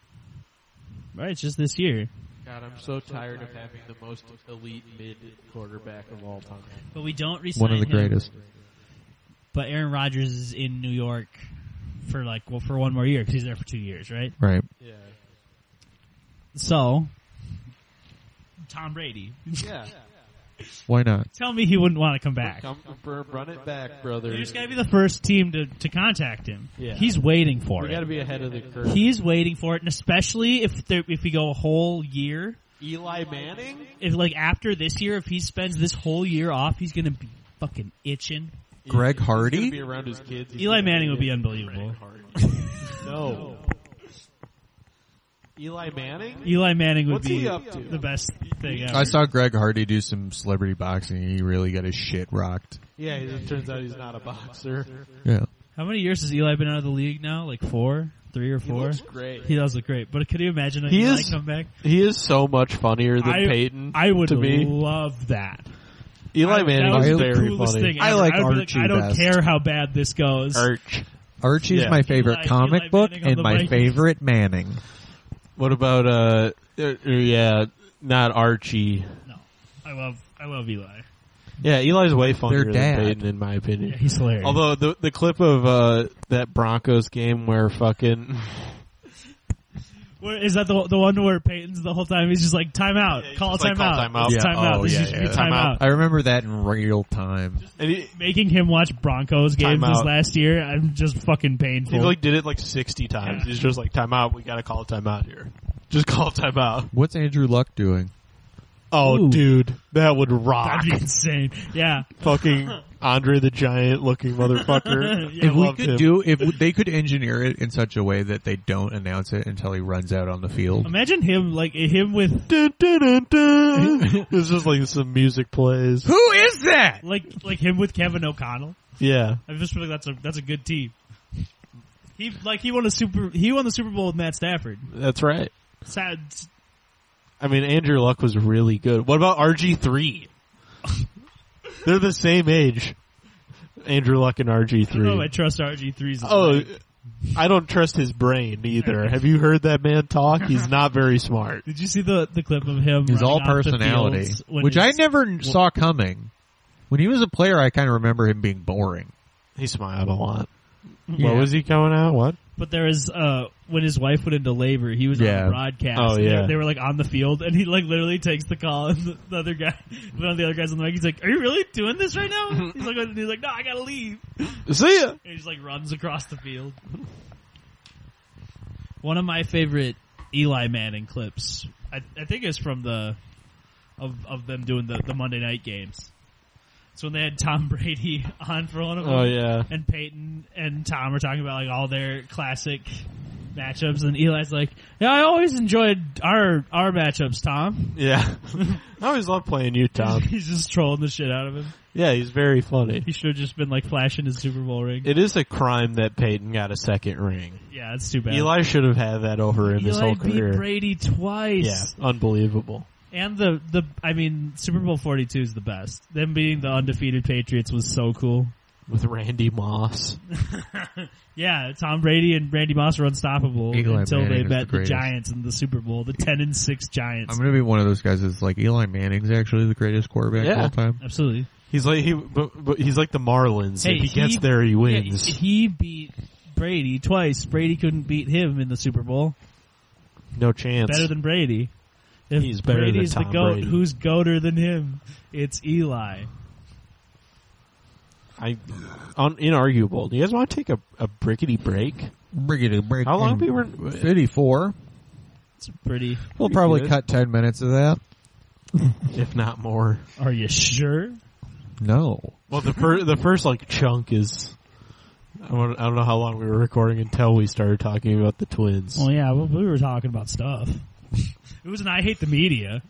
D: Right, it's just this year.
C: God, I'm so tired of having the most elite mid quarterback of all time.
D: But we don't resign
A: One of the
D: him.
A: greatest.
D: But Aaron Rodgers is in New York for like well for one more year because he's there for two years, right?
A: Right.
C: Yeah.
D: So Tom Brady,
C: Yeah.
A: Why not?
D: tell me he wouldn't want to come back.
C: Come, run, run it back, brother.
D: You just gotta be the first team to, to contact him.
C: Yeah.
D: He's waiting for
C: We got to
D: it.
C: be ahead of the curve.
D: He's waiting for it, and especially if there, if we go a whole year,
C: Eli Manning?
D: if like after this year, if he spends this whole year off, he's gonna be fucking itching.
A: Greg
C: He's
A: Hardy?
C: gonna be around his kids. He's
D: Eli
C: gonna
D: Manning
C: be
D: would be
C: in-
D: unbelievable. <laughs>
C: No. Eli Manning?
D: Eli Manning would
C: What's
D: be
C: he up to?
D: the best thing ever.
A: I saw Greg Hardy do some celebrity boxing. and He really got his shit rocked.
C: Yeah, it just turns out he's not a boxer.
A: Yeah.
D: How many years has Eli been out of the league now? Like four, three or four.
C: looks great.
D: He does look great, but could you imagine
C: He
D: Eli
C: is-
D: come back?
C: He is so much funnier than
D: I-
C: Peyton.
D: I would
C: to me.
D: love that.
C: Eli
D: I-
C: Manning
D: that was
A: is
C: is
D: the
C: very
D: coolest
C: funny.
D: thing
A: I
D: ever.
A: like
D: I'd be
A: Archie
D: I don't
A: best.
D: care how bad this goes.
C: Arch.
A: Archie's
C: Yeah.
A: my favorite
D: Eli-
A: comic
D: Eli
A: book
D: Manning on
A: and
D: the
A: my
D: Vikings.
A: favorite Manning.
C: What about uh? er, er, yeah, not Archie.
D: no, I love I love Eli.
C: Yeah, Eli's way funnier
A: Their
C: than
A: dad.
C: Peyton, in my opinion.
D: Yeah, he's hilarious.
C: Although the the clip of uh that Broncos game where fucking <laughs>
D: Where, is that the the one where Peyton's the whole time? He's just like timeout,
C: he's
D: call
C: just like,
D: timeout,
C: call timeout.
D: It's
A: Yeah.
D: timeout.
A: Oh,
D: this
A: yeah,
D: used to be
A: yeah.
D: timeout.
A: I remember that in real time.
C: and he,
D: Making him watch Broncos games this
C: Timeout.
D: last year, I'm just fucking painful.
C: he
D: <laughs>
C: like did it like sixty times. He's just like timeout. We gotta call a timeout here. Just call a timeout.
A: What's Andrew Luck doing?
C: Oh,
D: Ooh.
C: dude, that would rock.
D: That'd be insane. Yeah,
C: <laughs> fucking Andre the Giant looking <laughs> motherfucker.
D: Yeah,
A: if we
C: loved
A: could
C: him.
A: do, if w- they could engineer it in such a way that they don't announce it until he runs out on the field.
D: imagine him like him with
C: Dun, dun, dun, <laughs> dun. it's just like some music <laughs> plays.
A: Who is that?
D: like like him with Kevin O'Connell.
C: Yeah.
D: I just feel like that's a that's a good team. He like he won a super he won the Super Bowl with Matt Stafford.
C: That's right.
D: Sad.
C: I mean, Andrew Luck was really good. What about RG3? They're the same age. Andrew Luck and
D: I don't know if oh, I
C: RG3.
D: trust RG 3s
C: Oh, I don't trust his brain <laughs> either. Have you heard that man talk? He's not very smart.
D: Did you see the the clip of him?
A: He's
D: running
A: all
D: off the
A: personality,
D: fields when
A: which I
D: his-
A: never n saw coming. When he was a player, I kind of remember him being boring.
C: He smiled a lot.
A: Yeah.
C: What was he going out? What?
D: But there is uh when his wife went into labor, he was on
A: Yeah.
D: the broadcast.
C: Oh,
D: They-
C: yeah.
D: they, were like on the field, and he like literally takes the call, and the, the other guy, <laughs> one of the other guys on the mic, he's like, "Are you really doing this right
A: <laughs>
D: now?" he's like, "He's like, no, I gotta leave."
C: See ya.
D: And <laughs> he just like runs across the field. <laughs> One of my favorite Eli Manning clips, I, I think it's from the of of them doing the, the Monday night games. It's when they had Tom <laughs> Brady on for one of them,
C: Oh yeah.
D: and Peyton and Tom are talking about like all their classic matchups, and Eli's like, "Yeah, I always enjoyed our our matchups, Tom."
C: Yeah. <laughs> I always love playing you,
D: <laughs>
C: Tom.
D: He's just trolling the shit out of him.
C: Yeah, he's very funny.
D: He should have just been like flashing his Super Bowl ring.
C: It is a crime that Peyton got a second ring.
D: yeah, it's too bad.
C: Eli should have had that over him his
D: Eli
C: whole
D: beat
C: career.
D: Brady twice.
C: Yeah, unbelievable.
D: And the, the I mean Super Bowl 42 is the best. Them beating the undefeated Patriots was so cool.
C: With Randy Moss.
D: Yeah, Tom Brady and Randy Moss were unstoppable
A: Eli
D: until
A: Manning
D: they
A: is
D: met
A: the
D: the,
A: greatest.
D: Giants in the Super Bowl, the 10 and 6 Giants.
A: I'm going to be one of those guys that's like Eli Manning's actually the greatest quarterback of
C: Yeah.
A: all time.
D: Absolutely.
C: He's like he, but, but he's like the Marlins.
D: Hey,
C: if he,
D: he-
C: gets there, he
D: Yeah,
C: wins.
D: he beat Brady twice. Brady couldn't beat him in the Super Bowl.
C: no chance.
D: Better than Brady. If
C: He's better than
D: Brady's
C: Tom
D: the goat,
C: Brady.
D: who's goater than him? It's Eli.
C: I, un, inarguable. Do you guys want to take a, a brickety break?
A: Brigadoo break.
C: How long
A: in
C: we were?
A: 54.
D: It's pretty.
A: We'll probably
C: good.
A: cut 10 minutes of that.
C: If not more.
D: Are you sure?
A: No.
C: Well, the first the first like chunk is. I don't, I don't know how long we were recording until we started talking about the twins.
D: Well, yeah, we, we were talking about stuff. It was an I hate the media.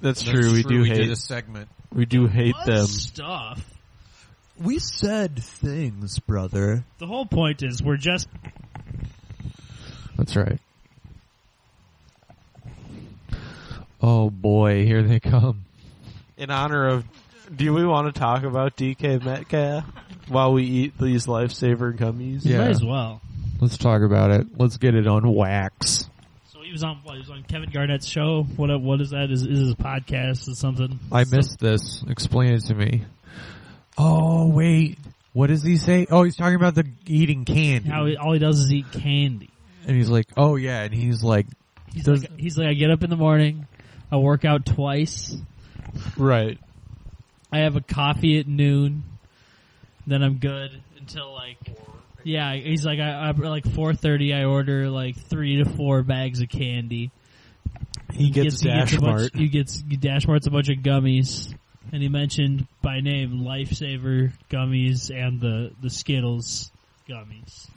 C: That's, true. We do hate.
A: segment.
C: We do hate
D: What
C: them.
D: stuff.
A: We said things, brother.
D: The whole point is we're just
A: That's right. Oh boy, here they come.
C: in honor of do we want to talk about DK Metcalf while we eat these lifesaver gummies?
A: Yeah.
D: might as well.
A: Let's talk about it. Let's get it on wax.
D: So he was on what, he was on Kevin Garnett's show. What what is that? Is is his podcast or something?
A: I missed this. Explain it to me. Oh wait, what does he say? Oh, he's talking about the eating candy,
D: How he, all he does is eat candy.
A: and he's like, "Oh yeah," and he's like,
D: He's
A: Does-
D: like he's like I get up in the morning, I work out twice,
C: Right.
D: I have a coffee at noon, then I'm good until like yeah. He's like I, I like four thirty. I order like three to four bags of candy.
C: He
D: gets- gets a bunch- He gets Dashmart's a bunch of gummies, and he mentioned by name Lifesaver gummies and the the Skittles gummies.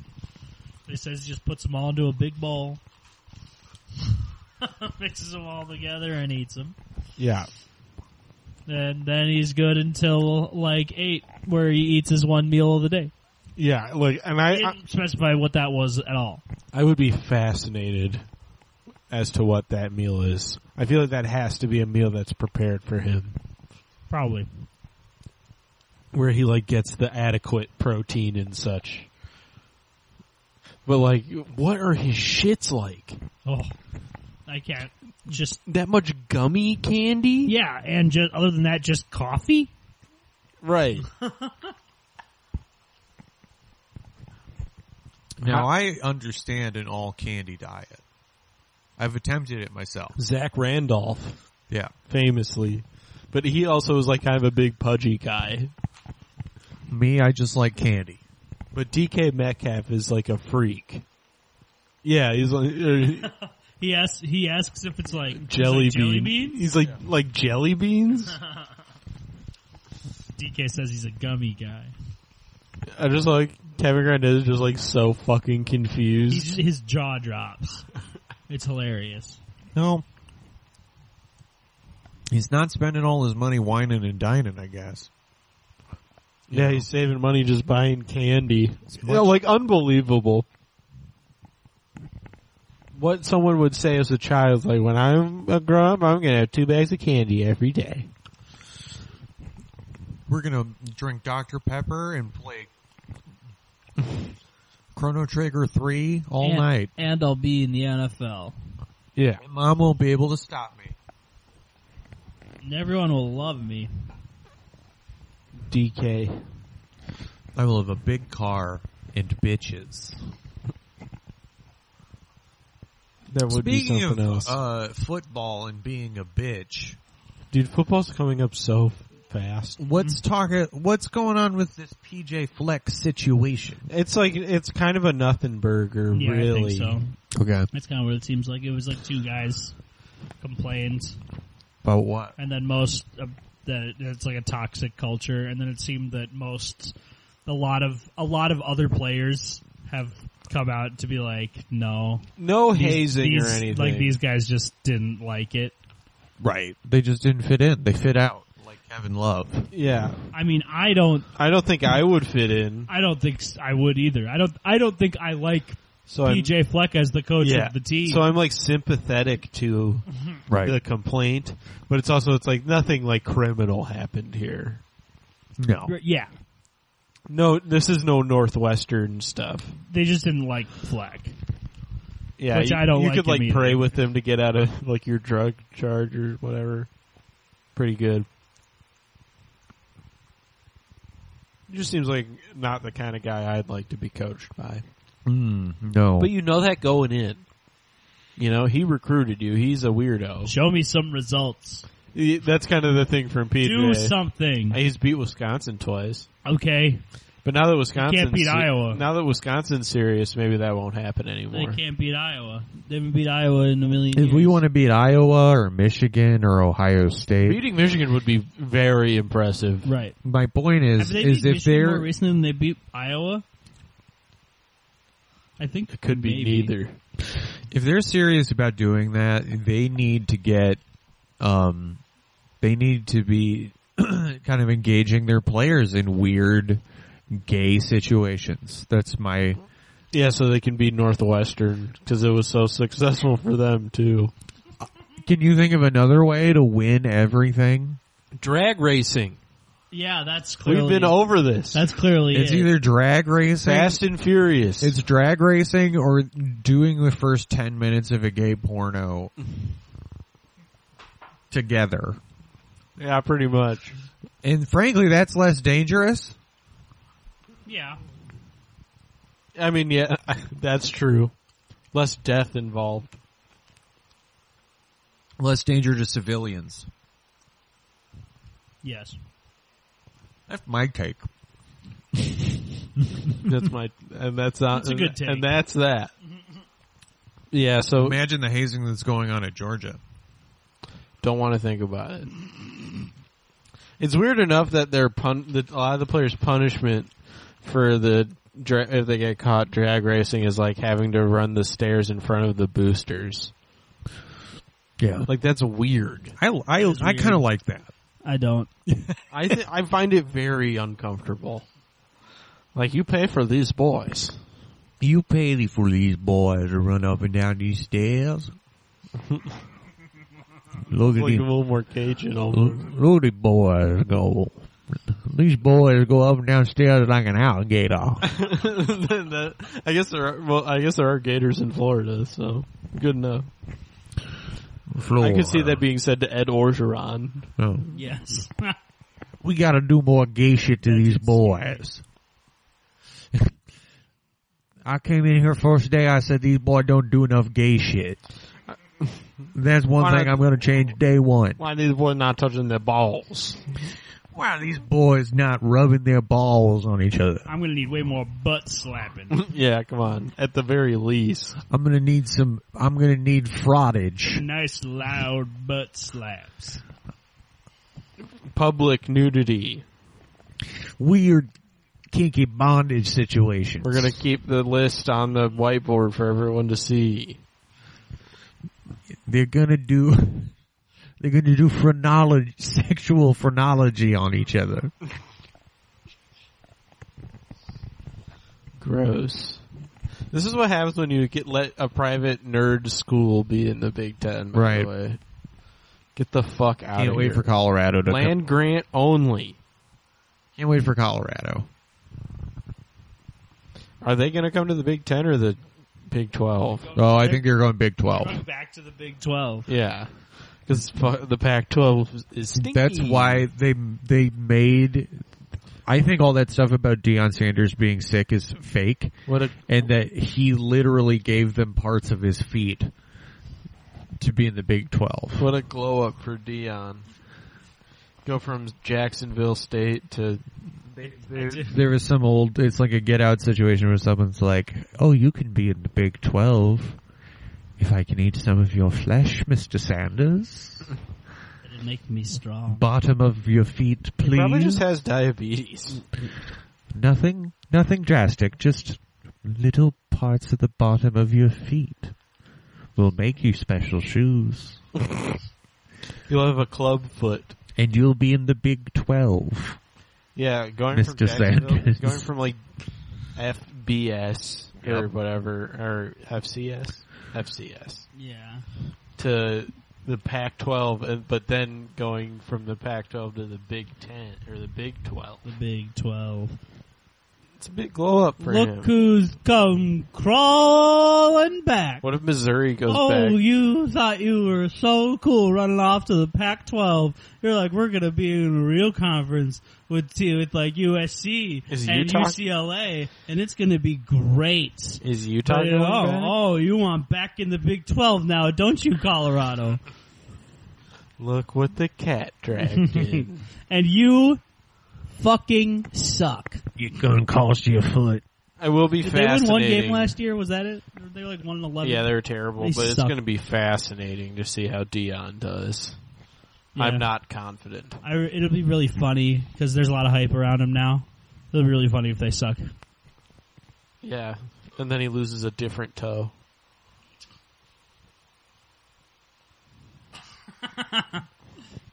D: He says he just puts them all into a big bowl, <laughs> mixes them all together, and eats them.
C: Yeah.
D: And then he's good until like eight, where he eats his one meal of the day.
C: Yeah. Like, and I,
D: He
C: I,
D: didn't specify what that was at all.
C: I would be fascinated as to what that meal is. I feel like that has to be a meal that's prepared for him,
D: Probably.
C: where he like gets the adequate protein and such. But like, what are his shits like?
D: Oh, I can't. Just
C: That much gummy candy?
D: yeah, and just other than that, just coffee.
C: Right.
A: "Now I understand an all candy diet. I've attempted it myself."
C: Zach Randolph.
A: Yeah,
C: famously. But he also was like kind of a big pudgy guy.
A: me, I just like candy.
C: But DK Metcalf is like a freak. Yeah, <laughs> he's like er,
D: He asks. He asks if it's like
C: jelly,
D: jelly, like jelly
C: bean.
D: beans.
C: He's like like jelly beans.
D: DK says he's a gummy guy.
C: I just like Kevin Grant is just like so
D: He
C: fucking confused.
D: just, his jaw drops. It's hilarious.
A: No, he's not spending all his money whining and dining. I guess.
C: Yeah, he's saving money just buying candy.
A: much-
C: Yeah, like unbelievable. What someone would say as a child, is like when I'm a grown up, I'm gonna have two bags of candy every day.
A: We're gonna drink Dr Pepper and play Chrono Trigger Three all
D: and,
A: night.
D: and I'll be in the NFL.
C: Yeah,
A: And Mom won't be able to stop me.
D: And everyone will love me.
C: DK.
A: I will have a big car and bitches.
C: That would be
A: Speaking of
C: something else.
A: uh, football and being a bitch,
C: Dude, football's coming up so fast.
A: what's talking? What's going on with this PJ Fleck situation?
C: It's like it's kind of a nothing burger,
D: Yeah,
C: really.
D: I think so.
A: Okay,
D: That's kind of what it seems like. It was like two guys complained,
A: about what?
D: and then most of the it's like a toxic culture, and then it seemed that most a lot of a lot of other players have come out to be like, no,
C: No
D: These-
C: hazing or
D: these-
C: anything.
D: Like these guys just didn't like it.
A: Right, they just didn't fit in. They fit out like Kevin Love.
C: Yeah,
D: I mean, I don't,
C: I don't think I would fit in.
D: I don't think s- I would either. I don't, I don't think I like
C: So I'm,
D: PJ Fleck as the coach
C: yeah.
D: of the team.
C: So I'm like sympathetic to
A: Right.
C: the complaint, but it's also it's like nothing like criminal happened here.
A: No.
D: yeah,
C: No, this is no Northwestern stuff.
D: they just didn't like Fleck.
C: Yeah,
D: Which
C: you,
D: I don't
C: you
D: like
C: could
D: him
C: like
D: either.
C: pray with them to get out of like your drug charge or whatever. Pretty good. He just seems like not the kind of guy I'd like to be coached by.
A: Mm, no.
C: But you know that going in. You know, he recruited you. He's a weirdo.
D: Show me some results.
C: He- That's kind of the thing from
D: Do
C: PJ.
D: something.
C: He's beat Wisconsin twice.
D: Okay,
C: But now that Wisconsin
D: beat Iowa.
C: Now that Wisconsin's serious, maybe that won't happen
D: they
C: anymore.
D: can't beat Iowa. They haven't beat Iowa in a million years.
A: If we want to beat Iowa or Michigan or Ohio State,
C: Beating Michigan would be very impressive.
D: right?
A: my point
D: Have
A: is,
D: they
A: is
D: beat
A: if
D: Michigan more
A: they're
D: recently than they beat Iowa? I think
C: It could be
D: maybe.
C: neither.
A: if they're serious about doing that, they need to get, um, they need to be <clears throat> kind of engaging their players in weird gay situations. That's my
C: Yeah, so they can be Northwestern because it was so successful for them too.
A: Can you think of another way to win everything?
C: Drag racing.
D: Yeah, that's clearly.
C: We've been over this.
D: That's clearly
A: It's
D: it.
A: either drag racing,
C: Fast and Furious.
A: it's drag racing, or doing the first ten minutes of a gay porno together.
C: yeah, pretty much.
A: And frankly, that's less dangerous.
B: Yeah.
C: I mean, yeah, <laughs> that's true. Less death involved.
A: Less danger to civilians.
D: Yes.
A: That's my take.
D: <laughs>
C: That's my, and that's not.
D: That's a good take. Mm-hmm.
C: And that's that. Yeah, so
A: Imagine the hazing that's going on at Georgia.
C: don't want to think about it. It's weird enough that they're pun that a lot of the players' punishment for the dra- if they get caught drag racing is like having to run the stairs in front of the boosters.
A: Yeah,
C: Like that's weird.
A: I I, I kind of like that.
D: I don't.
C: I th- I find it very uncomfortable. Like you pay for these boys.
A: You pay for these boys to run up and down these <laughs> stairs. Look
C: Like
A: at
C: a
A: these,
C: little more Cajun.
A: Uh-huh.
C: <laughs> almost.
A: look at these boys go. These boys go up and down stairs like an
C: <laughs>
A: alligator.
C: That- I guess there are. Well, I guess there are gators in Florida, so good enough.
A: Floor.
C: I could see that being said to Ed Orgeron.
A: Oh.
D: Yes. <laughs>
A: We gotta do more gay shit to these boys. <laughs> I came in here first day, I said these boys don't do enough
C: <laughs>
A: gay shit. That's one
C: Why
A: thing
C: not-
A: I'm gonna change day one.
C: Why these boys not touching their balls?
A: Why are these boys not rubbing their balls on each other?
B: I'm gonna need way more butt slapping.
C: yeah, come on. At the very least,
A: I'm gonna need some. I'm gonna need frottage.
B: nice loud butt slaps.
C: public nudity.
A: Weird, kinky bondage situations.
C: We're gonna keep the list on the whiteboard for everyone to see.
A: They're gonna do. <laughs> They're gonna do phrenology, sexual phrenology on each other.
C: Gross. This is what happens when you get let a private nerd school be in the Big Ten. By
A: Right.
C: The way. Get the fuck out
A: Can't
C: of
A: wait
C: here.
A: for Colorado to. Come,
C: Land grant only.
A: can't wait for Colorado.
C: Are they going to come to the Big Ten or the Big Twelve?
A: Oh, I think they're going Big Twelve.
B: Going back to the big
D: Twelve.
C: Yeah, because the Pac twelve is stinky.
A: That's why they they made. I think all that stuff about Deion Sanders being sick is fake,
C: What a
A: and that he literally gave them parts of his feet to be in the Big Twelve.
C: what a glow up for Dion. Go from Jacksonville State to
A: There was some old. It's like a get out situation where someone's like, "Oh, you can be in the Big Twelve if I can eat some of your flesh, Mister Sanders.
D: It'll make me strong.
A: Bottom of your feet, please.
C: probably just has diabetes.
A: nothing, nothing drastic. Just little parts of the bottom of your feet will make you special shoes,
C: You'll have a club foot.
A: and you'll be in the Big Twelve.
C: Yeah, going from
A: Mr.
C: Jacksonville,
A: Sanders.
C: going from like FBS or whatever or FCS, FCS.
D: Yeah.
C: to the Pac-12, and- but then going from the Pac-12 to the Big Ten or the Big Twelve.
D: The Big Twelve.
C: It's a big glow up for
D: Look
C: him.
D: who's come crawling back.
C: What if Missouri goes
D: oh,
C: back?
D: you thought you were so cool running off to the Pac-12. You're like, we're gonna be in a real conference with t- with like USC
C: Is
D: and
C: Utah-
D: UCLA, and it's gonna be great.
C: Is Utah
D: But,
C: going
D: oh,
C: back?
D: oh, you want back in the Big 12 now, don't you, Colorado?
C: Look what the cat
D: <laughs>
C: dragged in.
D: And you fucking suck.
A: It's gonna cost you a foot.
C: I will be
D: Did they win
C: fascinating.
D: one game last year? Was that it? Were They like one and eleven.
C: yeah, they were terrible,
D: They
C: but it's
D: suck.
C: going to be fascinating to see how Dion does.
D: Yeah.
C: I'm not confident.
D: I, it'll be really funny because there's a lot of hype around him now. It'll be really funny if they suck.
C: Yeah, and then he loses a different toe.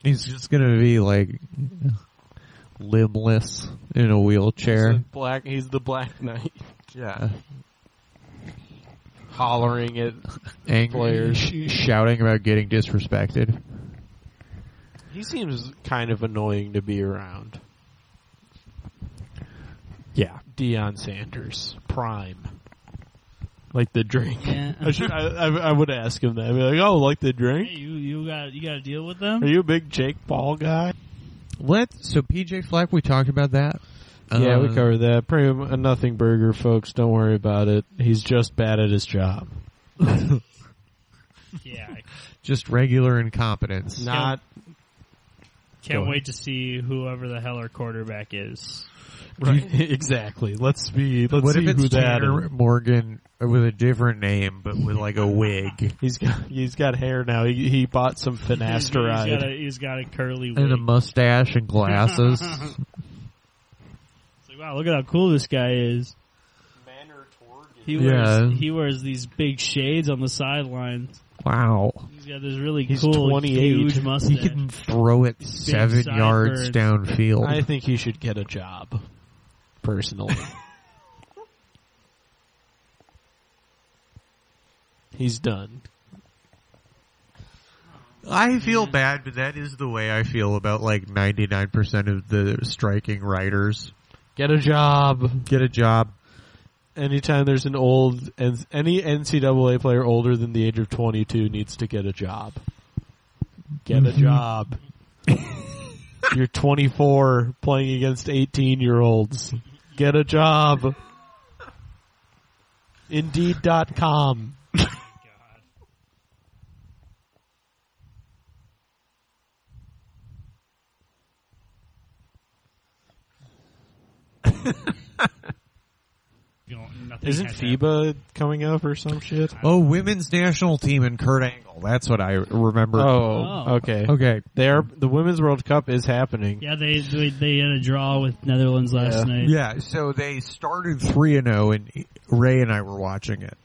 A: He's just gonna be like limbless in a
C: He's
A: wheelchair.
C: the black. He's the Black <laughs> Knight,
A: Yeah,
C: hollering at
A: angry,
C: Players.
A: sh- shouting about getting disrespected.
C: He seems kind of annoying to be around. Deion Sanders prime, like the drink.
D: Yeah.
C: I should. I, I, I would ask him that. I'd be like, "Oh, like the
D: Hey,
C: drink?
D: you you got you got to deal with them.
C: Are
A: <laughs>
C: you a big Jake Paul guy?"
A: Let so PJ Flack. We talked about that.
C: yeah, we
A: Uh,
C: covered that. Pretty a nothing burger, folks. Don't worry about it. He's just bad at his job.
B: Yeah, I
A: just regular incompetence.
C: Not
B: can't
A: Go
B: wait to see whoever the hell our quarterback is.
A: <laughs>
C: <laughs> exactly. Let's be. Let's
A: what
C: see
A: if it's
C: who that
A: Tanner
C: is.
A: Morgan uh, with a different name, but with like a wig
C: He's got he's got hair now. He, he bought
A: <laughs>
C: some
B: He's got
C: finasteride.
B: a, he's got a curly wig.
A: and a mustache and glasses?
B: <laughs> It's like, wow, look at how cool this guy is. He wears
A: Yeah.
B: he wears these big shades on the sidelines.
A: <laughs> wow,
B: He's got this really
C: He's
B: cool
C: 28.
B: huge
A: <laughs> he
B: mustache.
A: can throw it seven
B: sideburns.
A: yards downfield.
C: I think he should get a job.
A: <laughs>
C: Personally, he's done.
A: I feel bad, but that is the way I feel about like 99% of the striking writers.
C: Get a job.
A: Get a job.
C: Anytime there's an old and any NCAA player older than the age of 22 needs to get a job. Get
D: Mm-hmm.
C: a
D: <laughs>
C: job. You're 24 playing against 18 year olds. Get a job. Indeed.com.
B: You know, nothing
C: Isn't
B: had
C: FIBA coming up or some shit?
A: Oh, women's national team and Kurt Angle. That's what I remember.
D: Oh.
C: okay.
A: Okay.
C: They are, the Women's World Cup is happening.
D: Yeah, they, they they had a draw with Netherlands last
C: Yeah.
D: night.
A: Yeah, so they started 3 and 0 and Ray and I were watching it.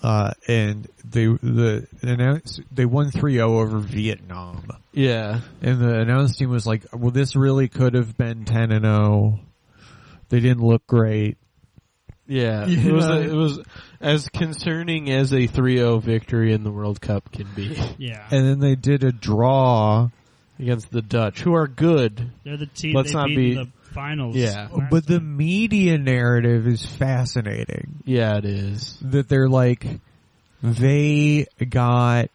A: Uh, and they the announce they won 3-0 over Vietnam.
C: Yeah.
A: And the announce team was like, "Well, this really could have been 10 and 0. They didn't look great."
C: Yeah,
A: You
C: it was
A: know?
C: it was as concerning as a 3-0 victory in the World Cup can be <laughs>
D: Yeah,
A: And then they did a draw
C: against the Dutch, who are good.
D: they're the team
C: Let's
D: they
C: not
D: beat
C: be-
D: in the finals.
C: Yeah.
D: last
A: But the
D: night.
A: media narrative is fascinating.
C: Yeah, it is.
A: That they're like, they got,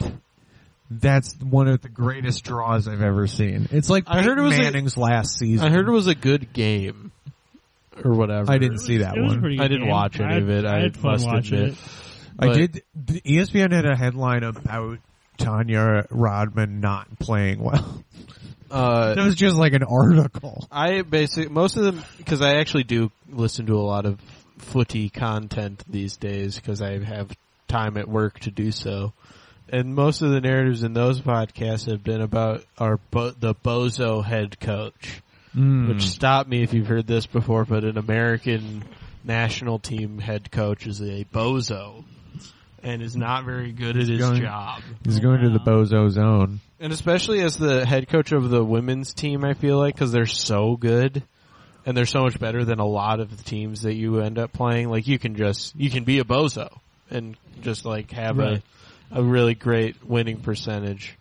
A: that's one of the greatest draws I've ever seen. It's like
C: I heard it
A: Peyton
C: was a-
A: Manning's last season.
C: I heard it was a good game, or whatever.
A: I didn't see that
D: it was a
A: one.
D: pretty good
C: I didn't
D: game.
C: watch any
D: I-
C: of it. I,
D: had fun
C: must
D: watching
C: admit.
D: it.
A: I
C: but-
A: did, the E ESPN had a headline about Tanya Rodman not playing well.
C: Uh,
A: <laughs> It was just like an article.
C: I basically most of them because I actually do listen to a lot of footy content these days because I have time at work to do so, and most of the narratives in those podcasts have been about our bo- the bozo head coach.
A: Hmm.
C: Which stop me if you've heard this before, but an American national team head coach is a bozo and is not very good at his
A: going-
C: job.
A: He's going to the bozo zone.
C: And especially as the head coach of the women's team, I feel like because they're so good and they're so much better than a lot of the teams that you end up playing. Like you can just you can be a bozo and just like have
D: Right.
C: a a really great winning percentage,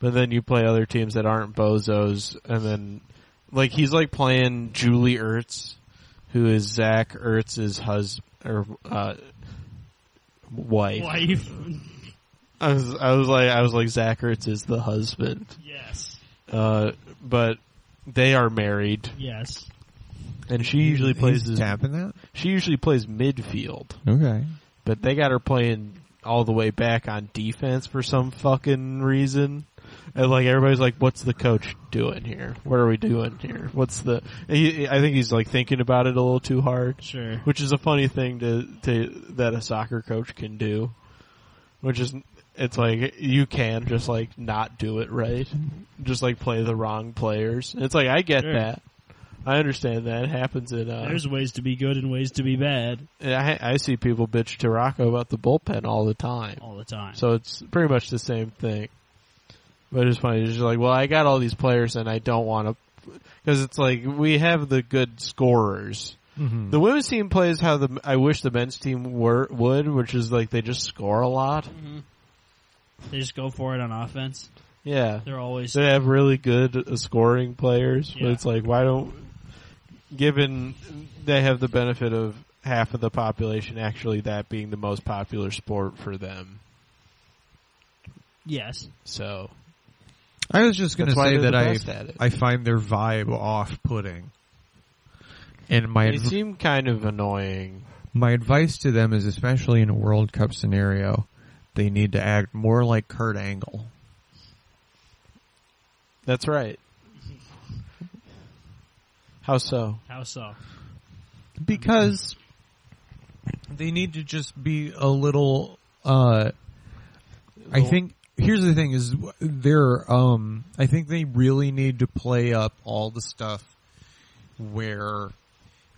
C: but then you play other teams that aren't bozos, and then like he's like playing Julie Ertz, who is Zach Ertz's husband or uh,
D: <laughs>
C: wife.
B: Wife,
C: I was I was like I was like Zach Ertz is the husband.
B: yes,
C: Uh, but they are married,
D: Yes,
C: and she usually plays
A: He's
C: as,
A: tapping that.
C: she usually plays midfield.
A: Okay.
C: But they got her playing all the way back on defense for some fucking reason. And like everybody's like, "What's the coach doing here? What are we doing here? What's the?" He, I think he's like thinking about it a little too hard,
D: sure.
C: which is a funny thing to, to that a soccer coach can do. Which is, it's like you can just like not do it right, just like play the wrong players. It's like I get
D: Sure.
C: that, I understand that it happens in. Uh,
D: There's ways to be good and ways to be bad
C: I, I see people bitch to Rocco about the bullpen all the time,
D: all the time.
C: so it's pretty much the same thing. But it's funny. It's just like, well, I got all these players, and I don't want to, because it's like we have the good scorers.
A: Mm-hmm.
C: The women's team plays how the I wish the men's team were would, which is like they just score a lot.
D: they just go for it on offense.
C: Yeah,
D: They're always
C: they have really good uh, scoring players, but
D: Yeah.
C: it's like why don't given they have the benefit of half of the population actually that being the most popular sport for them.
D: Yes.
C: So
A: I was just going to
C: That's why
A: say
C: they're the
A: that I
C: best at it.
A: I find their vibe off-putting, and my
C: they
A: adv-
C: seem kind of annoying.
A: my advice to them is, especially in a World Cup scenario, they need to act more like Kurt Angle.
C: That's right. How so?
D: How so?
A: because they need to just be a little uh I think here's the thing is they're um I think they really need to play up all the stuff where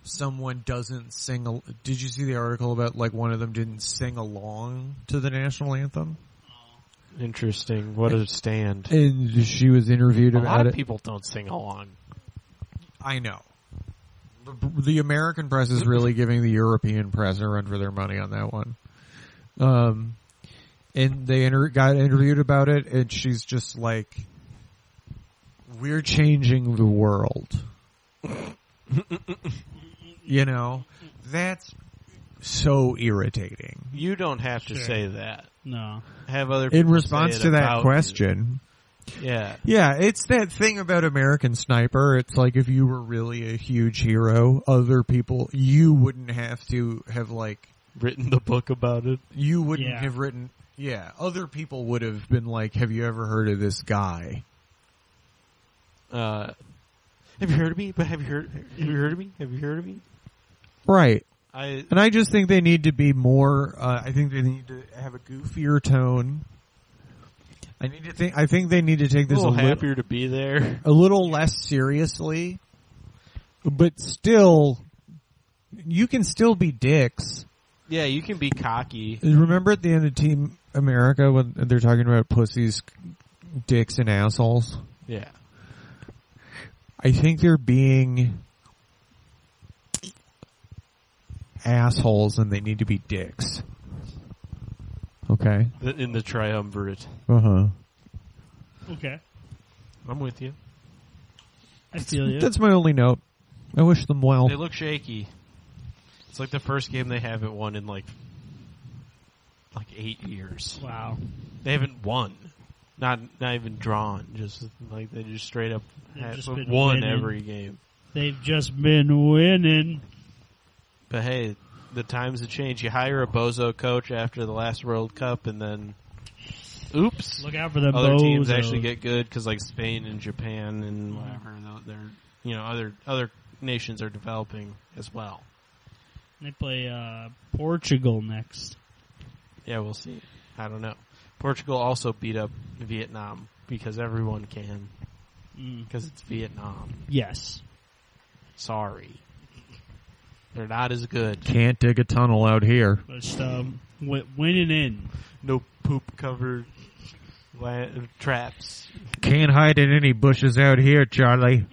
A: someone doesn't sing al- did you see the article about like one of them didn't sing along to the national anthem
C: Interesting. What a stand.
A: and she was interviewed
C: A
A: about
C: lot
A: it
C: of people don't sing along.
A: I know. The, the American press is really giving the European press a run for their money on that one. Um, and they inter- got interviewed about it, and she's just like, "We're changing the world." you know, that's so irritating.
C: You don't have to
D: Sure.
C: say that.
D: No.
C: Have other people
A: In
C: say
A: response
C: it
A: to
C: about
A: that
C: you.
A: question,
C: Yeah.
A: Yeah, it's that thing about American Sniper. It's like if you were really a huge hero, other people, you wouldn't have to have like,
C: Written the book about it.
A: you wouldn't
D: Yeah.
A: have written, yeah, other people would have been like, have you ever heard of this guy?
C: Uh, have you heard of me? But have you heard? Have you heard of me? Have you heard of me?
A: Right.
C: I
A: And I just think they need to be more, uh, I think they need to have a goofier tone. I need to think, I think they need to take
C: a
A: this
C: little
A: a little,
C: happier to be there.
A: a little less seriously, but still, you can still be dicks.
C: Yeah, you can be cocky.
A: Remember at the end of Team America when they're talking about pussies, dicks, and assholes?
C: Yeah.
A: I think they're being assholes and they need to be dicks. Okay.
C: The- In the triumvirate.
A: Uh huh.
D: Okay.
C: I'm with you.
D: I feel you.
A: That's my only note. I wish them well.
C: They look shaky. It's like the first game they haven't won in like like eight years.
D: Wow.
C: They haven't won. Not not even drawn. Just like they just straight up
D: They've
C: have
D: just been
C: won
D: winning.
C: every game.
D: They've just been winning.
C: But hey, the times have changed. You hire a bozo coach after the last World Cup, and then, oops,
D: Look out for them.
C: other teams
D: bozos.
C: actually get good because like Spain and Japan and whatever, tho- they're you know other other nations are developing as well.
D: They play uh, Portugal next.
C: Yeah, we'll see. I don't know. Portugal also beat up Vietnam because everyone can
D: Mm.
C: because it's Vietnam.
D: Yes.
C: Sorry, they're not as good.
A: Can't dig a tunnel out here.
D: Just um, w- winning in.
C: No poop covered la- traps.
A: Can't hide in any bushes out here, Charlie.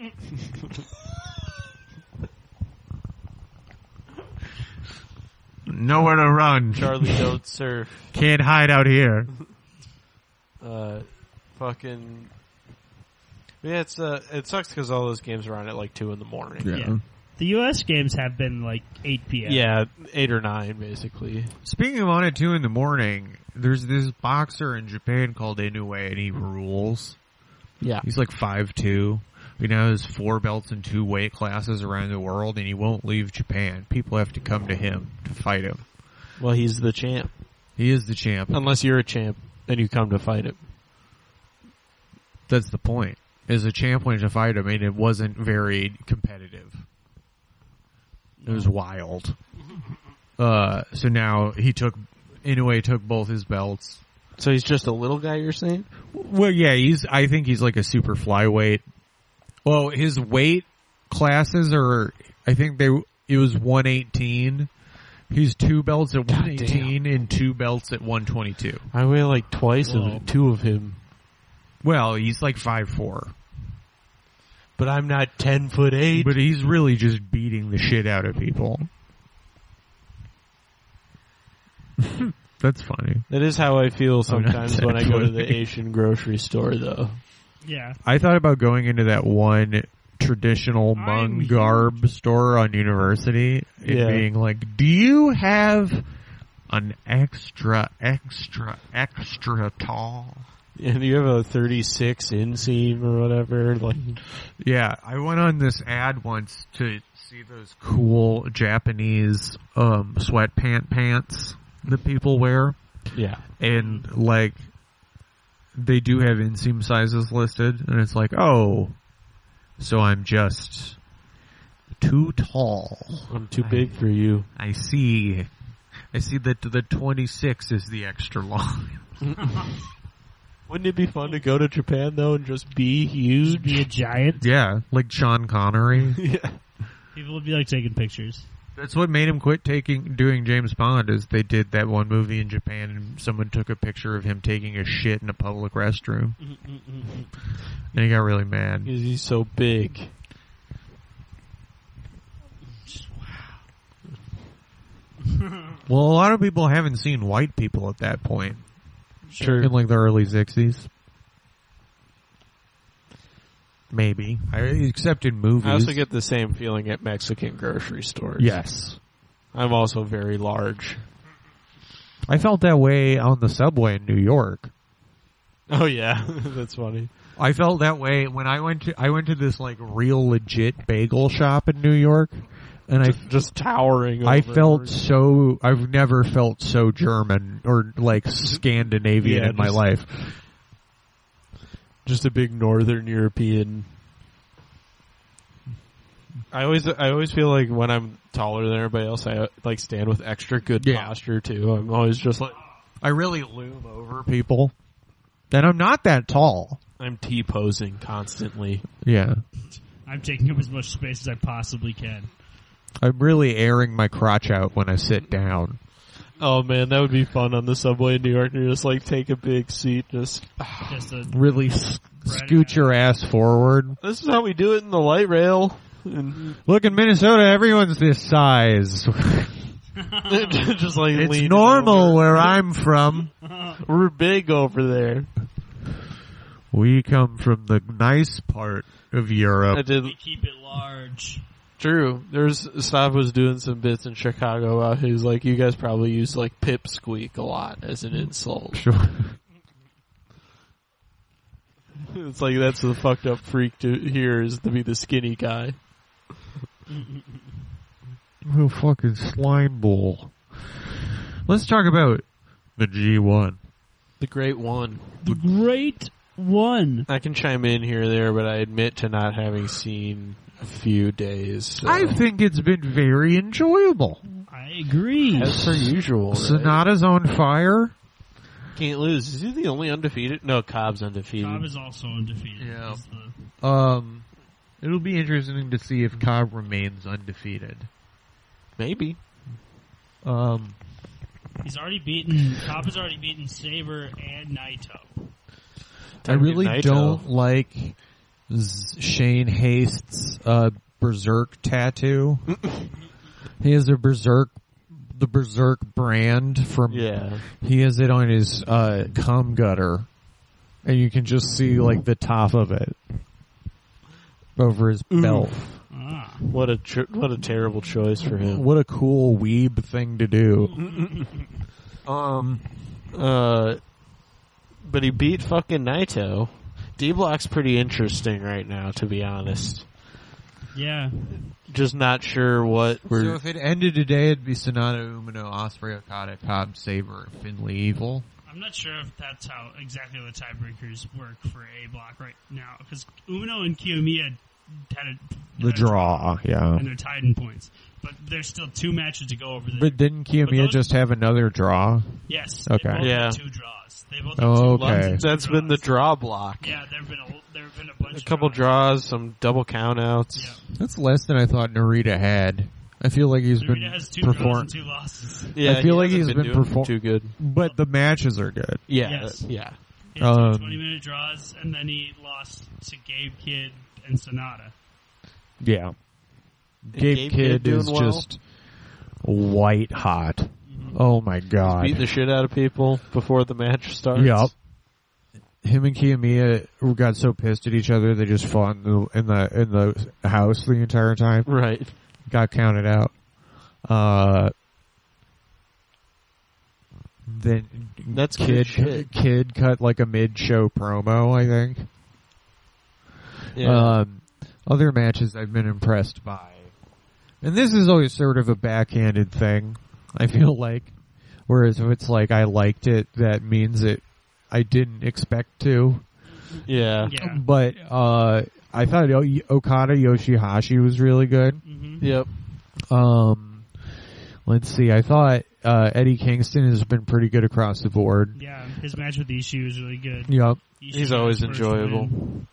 A: Nowhere to run.
C: Charlie don't surf.
A: Can't hide out here.
C: uh, fucking. Yeah, it's uh, it sucks because all those games are on at like two in the morning.
A: Yeah.
D: Yeah. The U.S. games have been like 8 p.m.
C: Yeah, eight or nine basically.
A: <laughs> Speaking of on at two in the morning, there's this boxer in Japan called Inoue, and he rules.
C: Yeah,
A: He's like five two. He now has four belts and two weight classes around the world, and he won't leave Japan. People have to come to him to fight him.
C: well, he's the champ.
A: He is the champ.
C: Unless you're a champ and you come to fight him.
A: That's the point. Is a champ went to fight him, and it wasn't very competitive. It was wild. Uh, so now he took Inoue took both his belts.
C: So he's just a little guy. You're saying?
A: Well, yeah, he's. I think he's like a super flyweight. Well, his weight classes are. I think they. It was one eighteen. He's two belts at one eighteen and two belts at one twenty two.
C: I weigh like twice
D: Whoa.
C: of two of him,
A: Well, he's like five four,
C: but I'm not ten foot eight.
A: but he's really just beating the shit out of people. <laughs> That's funny.
C: That is how I feel sometimes
A: 10
C: when I go to
A: foot
C: the
A: eight.
C: Asian grocery store, though.
D: Yeah.
A: I thought about going into that one traditional
B: I'm
A: Mungarb store on University and
C: Yeah.
A: being like, "Do you have an extra, extra, extra tall?"
C: And you have a 36 inseam or whatever. Like,
A: Yeah, I went on this ad once to see those cool Japanese um, sweatpant pants that people wear,
C: yeah.
A: and like they do have inseam sizes listed, and it's like, oh, so I'm just too tall.
C: I'm too big for you.
A: I see. I see that the 26 is the extra long. <laughs>
C: Wouldn't it be fun to go to Japan though and just be huge?
D: Be a giant.
A: yeah, like Sean Connery.
C: <laughs> yeah.
D: People would be like taking pictures.
A: That's what made him quit taking doing James Bond is they did that one movie in Japan and someone took a picture of him taking a shit in a public <laughs> restroom. And he got really mad.
C: Because he's so big.
A: Well, a lot of people haven't seen white people at that point
C: Sure.
A: in like the early 60s. Maybe. I, except in movies.
C: I also get the same feeling at Mexican grocery stores.
A: yes.
C: I'm also very large.
A: I felt that way on the subway in New York.
C: Oh yeah, <laughs> that's funny.
A: I felt that way when I went to I went to this like real legit bagel shop in New York, and I
C: Just towering. over
A: I
C: and over.
A: felt so I've never felt so German or like Scandinavian
C: Yeah,
A: in my
C: just-
A: life.
C: just a big Northern European. I always I always feel like when I'm taller than everybody else, I like stand with extra good
A: Yeah.
C: posture too. I'm always just like
A: I really loom over people, and I'm not that tall.
C: I'm T posing constantly.
A: Yeah,
D: I'm taking up as much space as I possibly can.
A: I'm really airing my crotch out when I sit down.
C: Oh man, that would be fun on the subway in New York. You just like take a big seat. Just
D: Just a
A: Really s- scoot your ass forward.
C: this is how we do it in the light rail. And <laughs>
A: Look in Minnesota, everyone's this size. <laughs>
C: just like
A: it's
C: leaning
A: normal
C: over.
A: where I'm from.
C: We're big over there.
A: We come from the nice part of
C: I
A: Europe. <laughs>
C: did
B: We keep it large.
C: True. There's Stav was doing some bits in Chicago about who's like you guys probably use like pipsqueak a lot as an
A: <laughs>
C: insult.
A: Sure.
C: it's like that's the fucked up freak to here is to be the skinny guy.
A: Oh, fucking slime bowl. Let's talk about the G1.
C: The great one.
D: the great one.
C: I can chime in here or there, but I admit to not having seen a few days. so-
A: I think it's been very enjoyable.
D: I agree.
C: as per usual. Right?
A: Sonata's on fire.
C: Can't lose. Is he the only undefeated? No, Cobb's undefeated.
B: Cobb is also undefeated.
A: Yeah.
B: He's the-
A: Um, it'll be interesting to see if Cobb remains undefeated.
C: Maybe.
A: Um,
B: he's already beaten. Cobb has already beaten Saber and Naito.
A: I really
C: Naito.
A: don't like Z- Shane Haste's uh, Berserk <laughs> tattoo. he has a Berserk, the Berserk brand from.
C: Yeah.
A: He has it on his uh, cum gutter, and you can just see like the top of it over his belt.
B: <laughs> Ah,
C: What a tr- what a terrible choice for him.
A: What a cool weeb thing to do.
C: Um, uh, but he beat fucking Naito. D Block's pretty interesting right now, to be honest.
D: yeah.
C: Just not sure what we're.
A: So if it ended today, it'd be Sonata, Umino, Osprey, Okada, Cobb, Saber, Finley, Evil.
B: I'm not sure if that's how exactly the tiebreakers work for A block right now because Umino and Kiyomiya had a,
A: The
B: had a-
A: draw, yeah.
B: and they're tied in points, but there's still two matches to go over there.
A: But didn't Kiyomiya
B: those-
A: just have another draw?
B: yes,
A: Okay.
B: They both had
C: Yeah.
B: two draws. They both had
A: Oh,
B: two
A: okay.
C: that's been the draw block.
B: Yeah, there've been a there've been a bunch.
C: A couple
B: draws.
C: draws, some double countouts.
A: That's less than I thought Narita had. I feel like he's
B: Narita has two
A: been
B: draws and
A: performing,
B: two losses.
C: Yeah,
A: I feel like
C: hasn't
A: he's been
C: doing
A: perform-
C: too good.
A: but the matches are good.
C: Yeah,
B: Yes.
C: yeah.
B: He had
A: Um,
B: two 20 minute draws, and then he lost to Gabe Kidd and Sonata.
A: Yeah,
C: Gabe
A: Gabe Kidd
C: Kidd doing
A: is
C: well?
A: just white hot.
B: Mm-hmm.
A: Oh my god!
C: Beat the shit out of people before the match starts.
A: Yep. him and Kiyomiya got so pissed at each other they just fought in the in the in the house the entire time.
C: Right.
A: Got counted out. Uh, then
C: That's good
A: kid
C: shit.
A: kid cut like a mid show promo. I think. Um, other matches I've been impressed by, and this is always sort of a backhanded thing. I feel like, whereas if it's like I liked it, that means it I didn't expect to.
C: yeah.
A: <laughs>
D: Yeah.
A: But uh, I thought o- Okada Yoshihashi was really good.
D: hmm
C: Yep.
A: Um, let's see. I thought uh, Eddie Kingston has been pretty good across the board.
D: Yeah, his match with Ishii was really good. Ishii
A: Yep.
C: He's
D: got
C: always
D: his first
C: enjoyable.
D: win.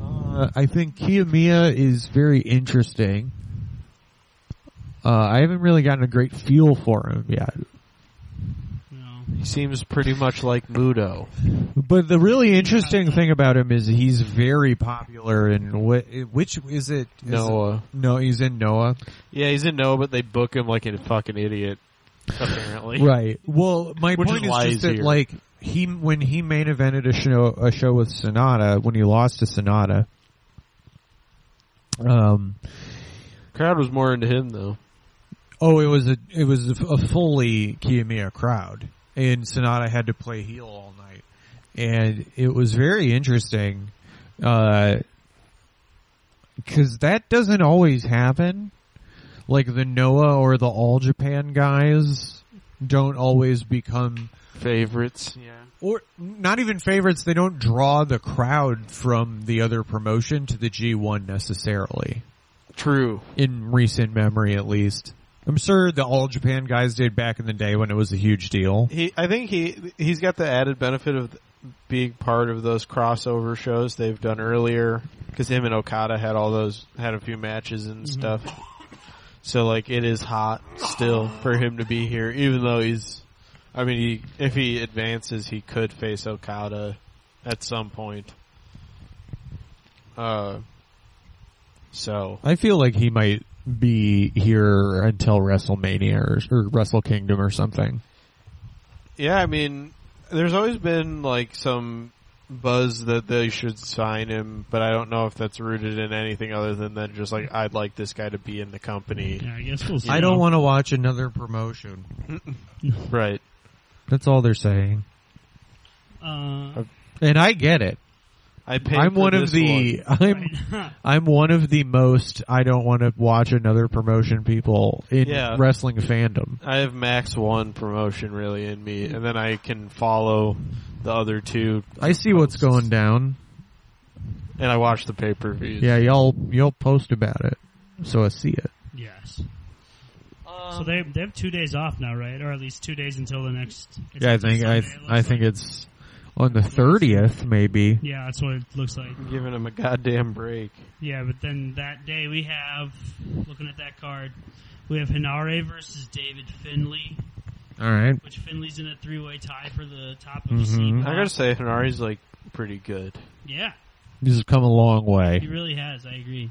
A: Uh, I think Kiyomiya is very interesting. Uh, I haven't really gotten a great feel for him yet.
D: No.
C: He seems pretty much like Mudo.
A: But the really interesting thing about him is he's very popular in wh- which is it? is
C: Noah.
A: it- no, he's in Noah.
C: Yeah, he's in Noah, but they book him like a fucking idiot. Apparently.
A: Right. Well, my
C: Which
A: point
C: is
A: is,
C: why he's
A: just that
C: here.
A: like he when he main evented a show a show with Sonata when he lost to Sonata. Um.
C: Crowd was more into him though.
A: Oh, it was a it was a, a fully Kiyomiya crowd, and Sonata had to play heel all night, and it was very interesting, because that doesn't always happen. Like the Noah or the All Japan guys don't always become
C: Favorites. Yeah.
A: or not even favorites. They don't draw the crowd from the other promotion to the G1 necessarily
C: True.
A: in recent memory at least. I'm sure the All Japan guys did back in the day when it was a huge deal.
C: He, I think he he's got the added benefit of being part of those crossover shows they've done earlier because him and Okada had all those had a few matches and stuff. So like it is hot still for him to be here, even though he's. I mean, he, if he advances, he could face Okada at some point. Uh, so
A: I feel like he might be here until WrestleMania or, or Wrestle Kingdom or something.
C: Yeah, I mean, there's always been like some buzz that they should sign him, but I don't know if that's rooted in anything other than that. Just like I'd like this guy to be in the company,
D: Yeah, I guess we'll see.
A: I don't want to watch another promotion.
C: right?
A: That's all they're saying.
D: Uh,
A: And I get it.
C: I paid
A: I'm
C: for
A: one of
C: this
A: the I'm
D: right.
A: I'm one of the most I don't want to watch another promotion people in
C: Yeah.
A: wrestling
C: one.
A: fandom.
C: I have max one promotion really in me, and then I can follow the other two,
A: I see what's going down.
C: and I watch the pay per views.
A: Yeah, y'all y'all post about it. So I see it.
D: <laughs> yes. so they they have two days off now, right? Or at least two days until the next. it's
A: Yeah, I
D: until
A: think I
D: Sunday, it looks
A: I think
D: like.
A: it's on the thirtieth, maybe.
D: Yeah, that's what it looks like.
C: giving him a goddamn break.
D: Yeah, but then that day we have looking at that card, we have Hinare versus David Finley,
A: All right,
D: which Finley's in a three way tie for the top of
A: Mhm.
D: C.
C: I
D: block.
C: gotta say, Hanari's like pretty good.
D: yeah,
A: this has come a long
D: he
A: way.
D: really has. I agree.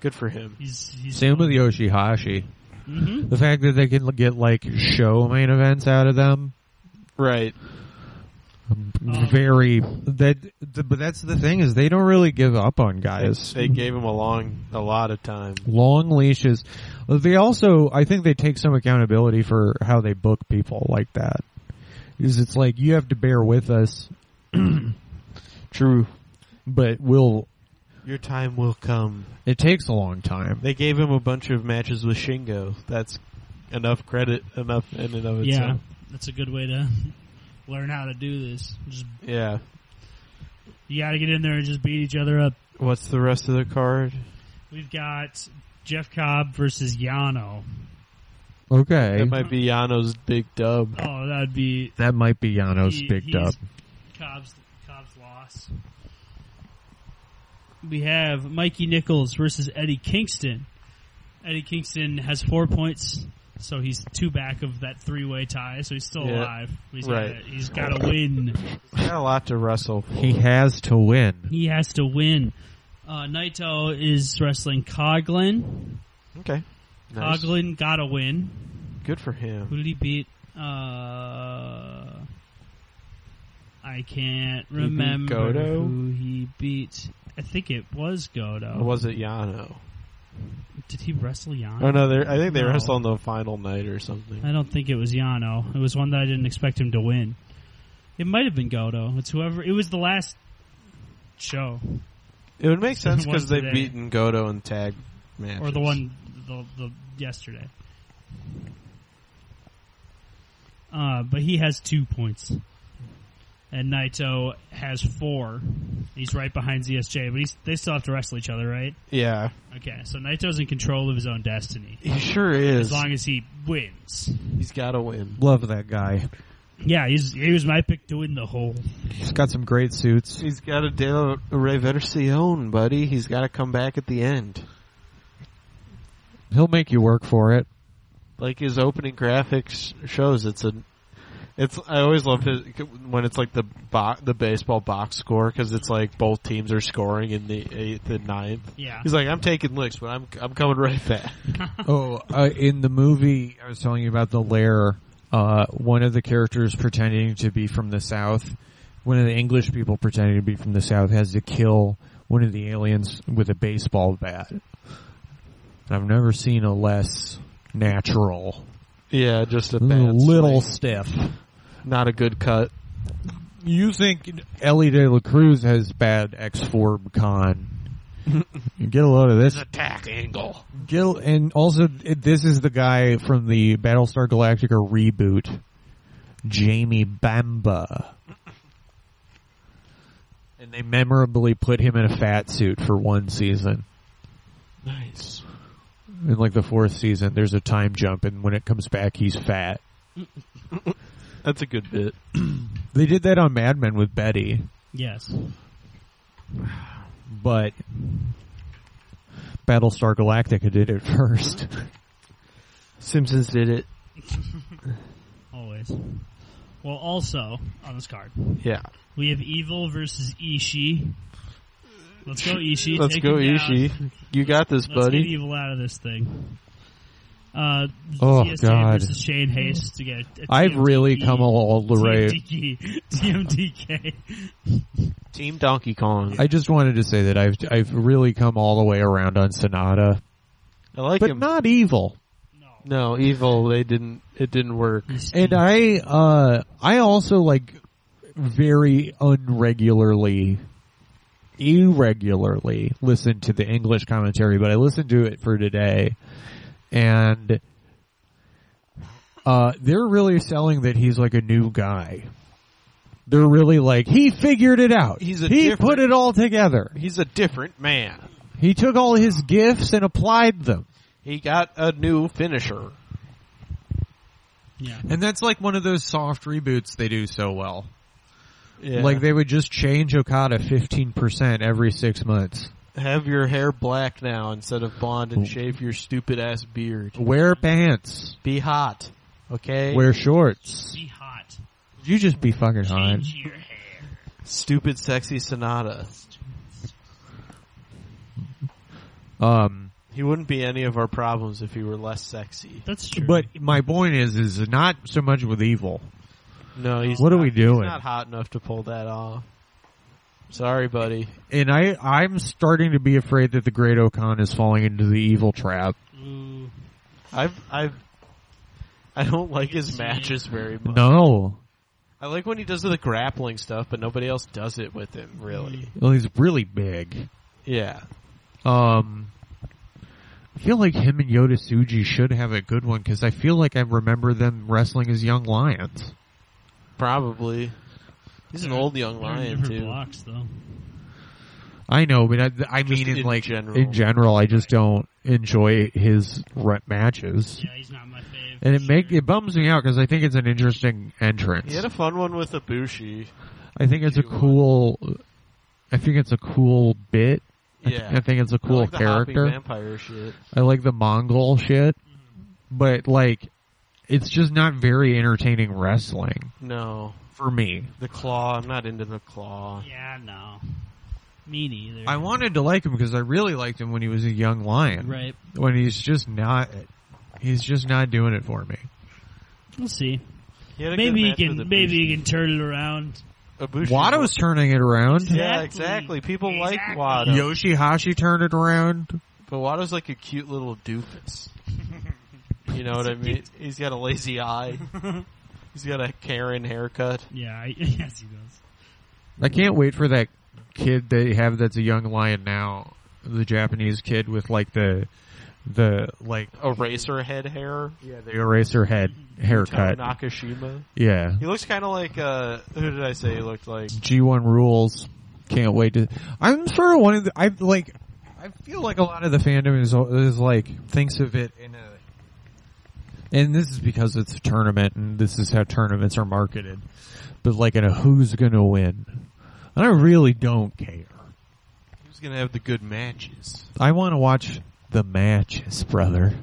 C: Good for him.
D: He's he's
A: Same with Yoshihashi.
D: Mhm.
A: The fact that they can get like show main events out of them,
C: Right.
D: Oh.
A: very that. The, but that's the thing is they don't really give up on guys.
C: They gave him a long, a lot of time.
A: Long leashes. They also, I think, they take some accountability for how they book people like that. Because it's like you have to bear with us,
C: <clears throat> True.
A: but we'll.
C: Your time will come.
A: It takes a long time.
C: They gave him a bunch of matches with Shingo. That's enough credit, enough in and of
D: Yeah,
A: uh,
C: itself.
D: that's a good way to <laughs> learn how to do this. Just
C: Yeah.
D: you got to get in there and just beat each other up.
C: What's the rest of the card?
D: We've got Jeff Cobb versus Yano.
A: Okay,
C: That might be Yano's big dub.
D: Oh, that'd be
A: That might be Yano's
D: He-
A: picked
D: he's-
A: up.
D: Cobb's Cobb's loss. We have Mikey Nichols versus Eddie Kingston. Eddie Kingston has four points, so he's two back of that three-way tie. So he's still
C: Yeah.
D: alive. He's
C: Right.
D: got he's got to win.
C: He's got a lot to wrestle for.
A: He has to win.
D: He has to win. Uh, Naito is wrestling Coglin.
C: Okay. Nice.
D: Coglin got to win.
C: Good for
D: Who
C: him.
D: did he beat? Uh, I I can't remember
C: Goto?
D: who he beat. I think it was Godo.
C: Or was it Yano?
D: Did he wrestle Yano?
C: Oh no, they're- I think they
D: No.
C: wrestled on the final night or something.
D: I don't think it was Yano. It was one that I didn't expect him to win. It might have been Goto. It's whoever. It was the last show
C: It would make
D: Once
C: sense because they've
D: today.
C: beaten Goto in tag matches.
D: or the one the, the yesterday. Uh, but he has two points, and Naito has four. He's right behind ZSJ, but he's, they still have to wrestle each other, right?
C: Yeah,
D: Okay, so Naito's in control of his own destiny
C: he sure is.
D: as long as he wins.
C: He's got to win.
A: Love that guy.
D: Yeah, he's he was my pick to win the whole.
A: He's got some great suits.
C: He's got to deal reversión, buddy. He's got to come back at the end.
A: He'll make you work for it.
C: like his opening graphics shows it's a it's I always love his when it's like the bo- the baseball box score because it's like both teams are scoring in the eighth and ninth.
D: Yeah,
C: He's like I'm taking licks, but I'm I'm coming right back. <laughs>
A: Oh, uh, in the movie I was telling you about the lair, uh, one of the characters pretending to be from the South, one of the English people pretending to be from the South has to kill one of the aliens with a baseball bat. I've never seen a less natural,
C: Yeah, just a bad
A: little
C: swing.
A: stiff.
C: not a good cut.
A: You think Ellie De La Cruz has bad X Forb con? Get a load of this
C: Attack angle.
A: Gil, and also it- this is the guy from the Battlestar Galactica reboot, Jamie Bamba, and they memorably put him in a fat suit for one season.
C: Nice.
A: In like the fourth season, there's a time jump, and when it comes back, he's fat.
C: That's a good bit.
A: They did that on Mad Men with Betty,
D: yes.
A: but Battlestar Galactica did it <laughs> first.
C: Simpsons did it.
D: Always. Well, also on this card,
C: Yeah.
D: we have Evil versus Ishii. Let's go Ishii.
C: Let's
D: Take
C: go,
D: him down.
C: Ishii. You got
D: Let's
C: this,
D: get
C: buddy.
D: Evil out of this thing. Uh,
A: Oh,
D: TSJ
A: God.
D: versus Shane Hayes to get. a
A: I've really
D: TMDK
A: come a long way.
D: TMDK. TMDK.
C: Team Donkey Kong. I,
A: I just wanted to say that I've I've really come all the way around on Sonata,
C: like
A: but
C: him.
A: not evil.
D: No.
C: no, evil. They didn't. It didn't work.
A: And I, uh, I also like very unregularly, irregularly listen to the English commentary, but I listened to it for today and, uh, they're really selling that he's like a new guy. They're really like, he figured it out.
C: He's a
A: he
C: different-
A: put it all together.
C: He's a different man.
A: He took all his gifts and applied them.
C: He got a new finisher.
D: Yeah.
A: And that's like one of those soft reboots they do so well.
C: Yeah.
A: Like they would just change Okada 15% every six months.
C: have your hair black now instead of blonde and shave your stupid ass beard.
A: Wear pants.
C: Be hot. Okay?
A: Wear shorts.
D: Be hot.
A: You just be fucking hot.
D: Change your hair.
C: stupid sexy Sonata.
A: Um,
C: He wouldn't be any of our problems if he were less sexy.
D: That's true.
A: but my point is, is not so much with evil.
C: No, he's
A: What are
C: not-
A: we doing?
C: He's not hot enough to pull that off. Sorry, buddy.
A: And I, I'm starting to be afraid that the Great Okan is falling into the evil trap.
D: Ooh.
C: I've I've I don't like his matches very much.
A: No.
C: I like when he does the grappling stuff, but nobody else does it with him, really.
A: Well, he's really big.
C: Yeah.
A: Um, I feel like him and Yoda Suji should have a good one because I feel like I remember them wrestling as young lions.
C: Probably. He's an old young
D: They're in
C: lion
D: different
C: too.
D: blocks though.
A: I know, but I, I mean, in,
C: in
A: like
C: general.
A: in general, I just don't enjoy his re- matches,
D: Yeah, he's not my fave.
A: and it
D: for
A: make
D: sure.
A: it bums me out because I think it's an interesting entrance.
C: He had a uh, fun one with Ibushi.
A: I think it's a
C: cute one.
A: cool. I think it's a cool bit. I th-
C: Yeah,
A: I think it's a cool
C: I like the hopping
A: character.
C: vampire shit.
A: I like the Mongol shit, but like, it's just not very entertaining wrestling
C: No,
A: for me.
C: the claw. I'm not into the claw.
D: Yeah, no. Me neither.
A: I wanted to like him because I really liked him when he was a young lion.
D: Right.
A: When he's just not, he's just not doing it for me.
D: We'll see.
C: He had a good
D: Maybe he
C: match with
D: can.
C: Ibushi.
D: Maybe he can turn it around.
C: Ibushi.
A: Watto's turning it around.
C: Yeah,
B: Exactly.
C: exactly. People
B: Exactly.
C: like Watto.
A: Yoshihashi turned it around.
C: But Watto's like a cute little doofus. You know what I mean? He's got a lazy eye. He's got a Karen haircut.
B: Yeah,
D: <laughs>
B: I, yes, he does.
A: I can't wait for that kid they have that's a young lion now. The Japanese kid with like the the like
C: A racer head hair.
A: yeah, the eraser head haircut.
C: Nakashima.
A: Yeah.
C: He looks kind of like, uh, who did I say he looked like?
A: G1 rules. Can't wait to. I'm sort of one of the. I like. I feel like a lot of the fandom is is like thinks of it in a. And this is because it's a tournament, and this is how tournaments are marketed. But like in a who's gonna win, and I really don't care.
C: Who's gonna have the good matches?
A: I want to watch the matches, brother.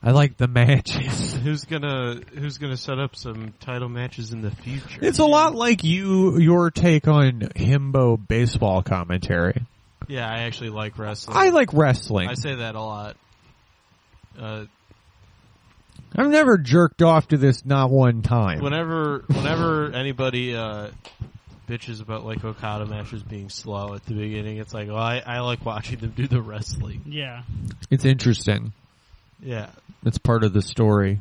A: I like the matches.
C: Who's gonna, who's gonna set up some title matches in the future?
A: It's a lot like you your take on himbo baseball commentary.
C: yeah, I actually like wrestling.
A: I like wrestling.
C: I say that a lot. Uh,
A: I've never jerked off to this not one time.
C: whenever whenever anybody uh, bitches about like Okada matches being slow at the beginning, it's like, well, I, I like watching them do the wrestling.
B: Yeah,
A: it's interesting.
C: Yeah,
A: It's part of the story.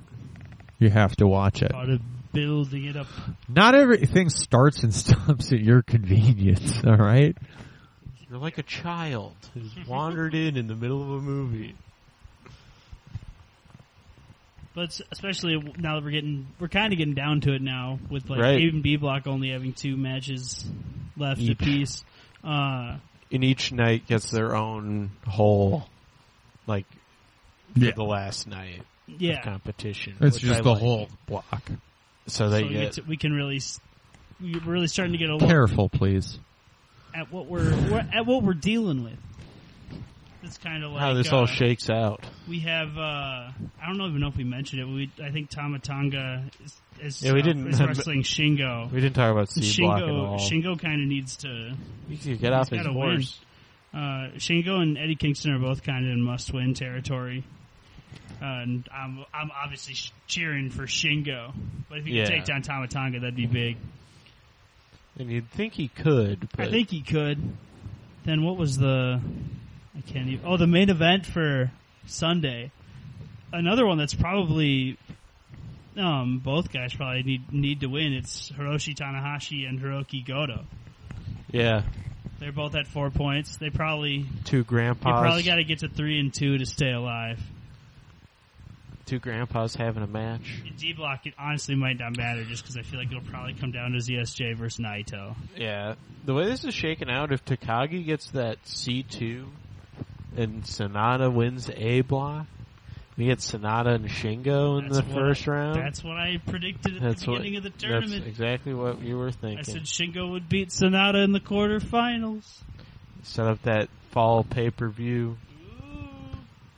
A: You have to watch it.
D: Part of building it up.
A: Not everything starts and <laughs> stops at your convenience, <laughs> alright?
C: you're like a child
A: <laughs>
C: who's wandered in in the middle of a movie.
D: But s- especially w- now that we're getting, we're kind of getting down to it now with like
C: Right.
D: even B Block only having two matches left
C: Each.
D: apiece. Uh,
C: And each night gets their own whole, like, for
A: Yeah.
C: the last night
D: yeah,
C: of competition.
A: It's
C: which
A: just
C: I
A: the
C: like.
A: whole block.
C: So
D: so
C: they
D: we,
C: get.
D: get to- we can really, s- we're really starting to get a look
A: Careful, please.
D: at what we're, we're at what we're dealing with. It's kind of like
C: how this
D: uh,
C: all shakes out.
D: We have uh, I don't even know if we mentioned it. We I think Tamatanga is, is,
C: Yeah, we
D: uh,
C: didn't-
D: is wrestling
C: <laughs>
D: Shingo.
C: We didn't talk about C block at
D: Shingo
C: all.
D: Shingo kind of needs to
C: He could get off
D: he's
C: his
D: gotta win.
C: horse.
D: Uh, Shingo and Eddie Kingston are both kind of in must-win territory, uh, and I'm I'm obviously sh- cheering for Shingo. But if he
C: Yeah.
D: could take down Tamatanga, that'd be big.
C: And you'd think he could, but
D: I think he could. Then what was the? I can't even. Oh, the main event for Sunday. Another one that's probably um, both guys probably need need to win. It's Hiroshi Tanahashi and Hiroki Goto.
C: yeah,
D: They're both at four points. They probably
C: two
D: they
C: grandpas.
D: probably got to get to three and two to stay alive.
C: two grandpas having a match.
D: D block, it honestly might not matter just because I feel like it'll probably come down to ZSJ versus Naito.
C: Yeah, the way this is shaken out, if Takagi gets that C two, and Sonata wins A block, we get Sonata and Shingo in
D: That's
C: the
D: what
C: first
D: I-
C: round.
D: That's what I predicted at
C: That's
D: the beginning of the tournament.
C: That's exactly what you were
D: I
C: thinking.
D: said Shingo would beat Sonata in the quarterfinals.
C: Set up that fall pay per view.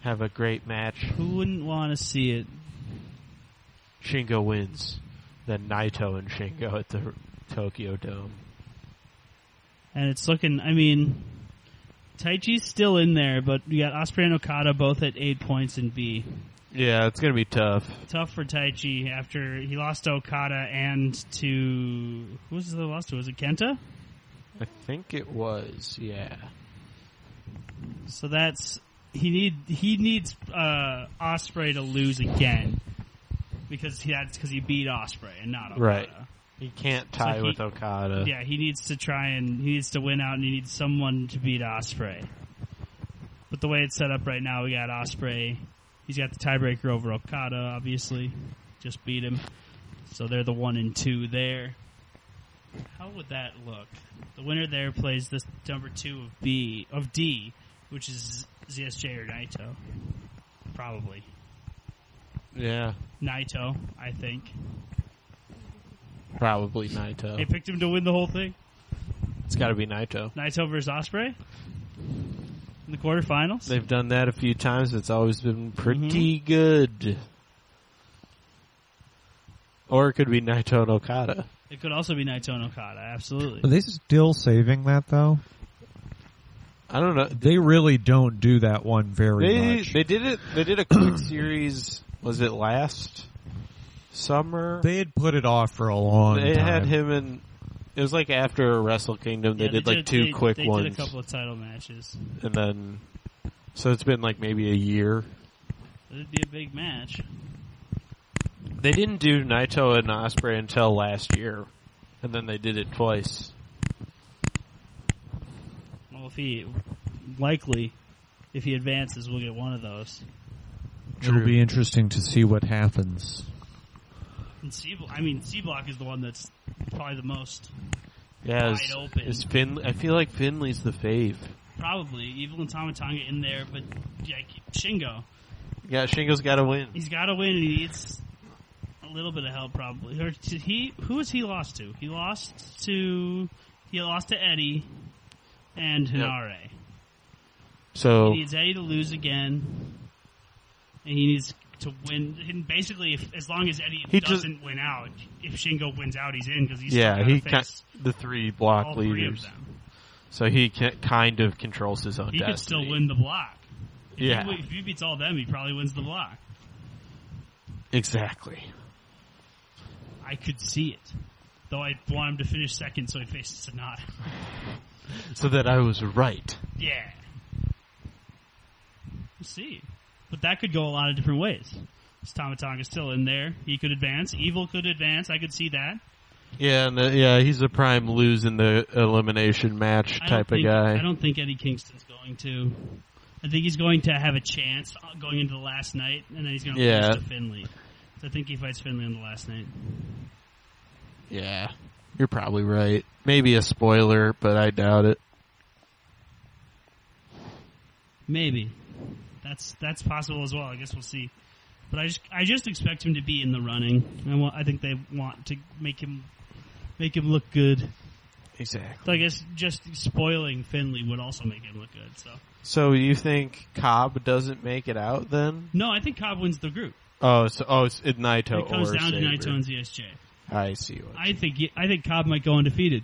C: Have a great match.
D: Who wouldn't want to see it?
C: Shingo wins. Then Naito and Shingo at the Tokyo Dome.
D: And it's looking. I mean, Taichi's still in there, but we got Osprey and Okada both at eight points in B.
C: Yeah, it's gonna be tough.
D: Tough for Taichi after he lost to Okada and to who was the lost to? Was it Kenta?
C: I think it was. Yeah.
D: So that's he need he needs uh, Osprey to lose again because he that's because he beat Osprey and not Okada.
C: Right. He can't tie
D: he-
C: with Okada.
D: Yeah, he needs to try and he needs to win out, and he needs someone to beat Osprey. But the way it's set up right now, we got Osprey. He's got the tiebreaker over Okada, obviously. Just beat him, so they're the one and two there. How would that look? The winner there plays this number two of B of D, which is ZSJ or Naito, probably
C: Yeah.
D: Naito. I think
C: Probably
D: they
C: Naito.
D: picked him to win the whole thing.
C: It's got to be Naito.
D: Naito versus Osprey in the quarterfinals.
C: They've done that a few times. It's always been pretty good. Or it could be Naito and Okada.
D: It could also be Naito and Okada, absolutely.
A: Are they still saving that though?
C: I don't know.
A: They really don't do that one very
C: They
A: much.
C: they did it. They did a quick series. Was it last summer?
A: They had put it off for a long
C: They
A: time.
C: had him and It was like after Wrestle Kingdom, they
D: Yeah,
C: did like two
D: they-
C: quick
D: they
C: ones,
D: did a couple of title matches.
C: and then so it's been like maybe a year.
D: It'd be a big match.
C: They didn't do Naito and Osprey until last year, and then they did it twice.
D: Well, if he likely, if he advances, we'll get one of those.
A: It'll be interesting to see what happens.
D: And C, I mean, C Block is the one that's probably the most
C: Yeah,
D: Wide
C: is,
D: open.
C: is Fin? I feel like Finley's the fave.
D: probably evil and Tamatanga in there, but like Shingo,
C: Yeah, Shingo's got to win.
D: he's got to win. and He needs a little bit of help, probably. Or did he who was he lost to? He lost to he lost to Eddie and Hinare.
C: So
D: He needs Eddie to lose again, and he needs to win. And basically, if, as long as Eddie
C: He just-
D: doesn't win out, if Shingo wins out, he's in because he's
C: yeah,
D: still gotta
C: he ki
D: face
C: the three block
D: all three of
C: leaders.
D: them.
C: So he ki kind of controls his own
D: He
C: destiny.
D: could still win the block. If
C: Yeah.
D: he, wi- if he beats all them, he probably wins the block.
C: Exactly.
D: I could see it, though I want him to finish second, so he faces Sonata. <laughs>
C: So that I was right.
D: Yeah, we'll see. But that could go a lot of different ways. Is Tomatonga still in there? He could advance. Evil could advance. I could see that.
C: Yeah, and the, yeah, he's a prime lose in the elimination match
D: I don't
C: type of
D: think- I
C: guy.
D: don't think Eddie Kingston's going to. I think he's going to have a chance going into the last night, and then he's going to
C: Yeah.
D: lose to Finley. So I think he fights Finley on the last night.
C: Yeah, you're probably right. Maybe a spoiler, but I doubt it.
D: Maybe that's that's possible as well. I guess we'll see. But I just I just expect him to be in the running. I want, I think they want to make him make him look good.
C: Exactly.
D: So I guess just spoiling Finley would also make him look good. So
C: So you think Cobb doesn't make it out then?
D: no, I think Cobb wins the group.
C: Oh, so oh, it's it Naito
D: It comes
C: or
D: down to
C: Sabre.
D: Naito and ZSJ.
C: I see. What
D: I think he- I think Cobb might go undefeated.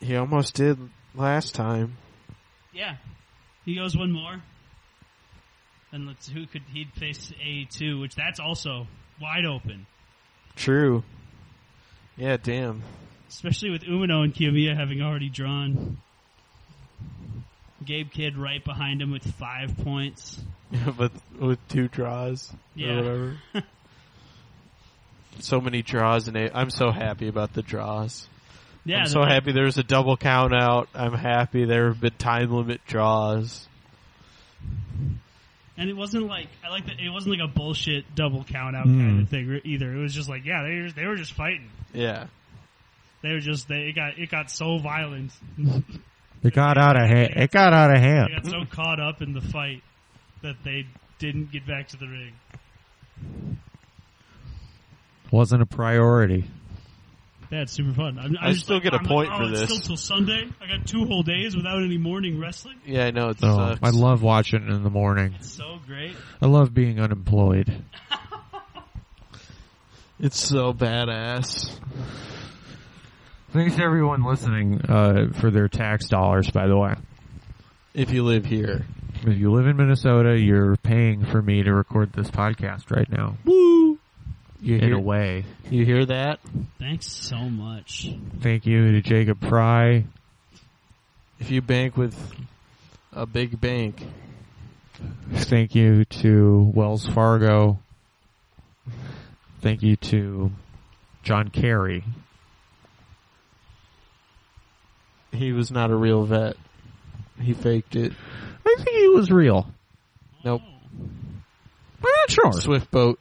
C: he almost did last time.
D: Yeah. He goes one more. And let's who could he'd face A two, which that's also wide open.
C: True. Yeah. Damn. <laughs>
D: Especially with Umino and Kiyomiya having already drawn. Gabe Kidd right behind him with five points.
C: but with two draws
D: Yeah.
C: or
D: <laughs>
C: whatever. so many draws, and I'm so happy about the draws.
D: Yeah,
C: I'm
D: the-
C: so happy there was a double count out. I'm happy there have been time limit draws.
D: and it wasn't like I like that it wasn't like a bullshit double count
C: Hmm.
D: out kind of thing either. It was just like yeah, they were, they were just fighting.
C: Yeah.
D: They were just they it got it got so violent.
A: It got out of hand. It got out of hand.
D: They got so caught up in the fight that they didn't get back to the ring.
A: Wasn't a priority.
D: That's super fun. I'm,
C: I
D: I'm just
C: still
D: like-
C: get a
D: I'm
C: point
D: like,
C: for
D: oh, it's
C: this.
D: Still till Sunday. I got two whole days without any morning wrestling.
C: Yeah, I know it
A: So
C: sucks.
A: Oh, I love watching it in the morning.
D: So great.
A: I love being unemployed.
C: it's so badass.
A: Thanks to everyone listening uh, for their tax dollars. By the way,
C: If you live here.
A: if you live in Minnesota, you're paying for me to record this podcast right now.
C: You
A: In a
C: hear,
A: way,
C: you hear that?
D: Thanks so much.
A: thank you to Jacob Pry.
C: If you bank with a big bank,
A: Thank you to Wells Fargo. Thank you to John Kerry.
C: he was not a real vet. He faked it.
A: I think he was real.
C: Nope.
A: I'm not sure.
C: Swift boat.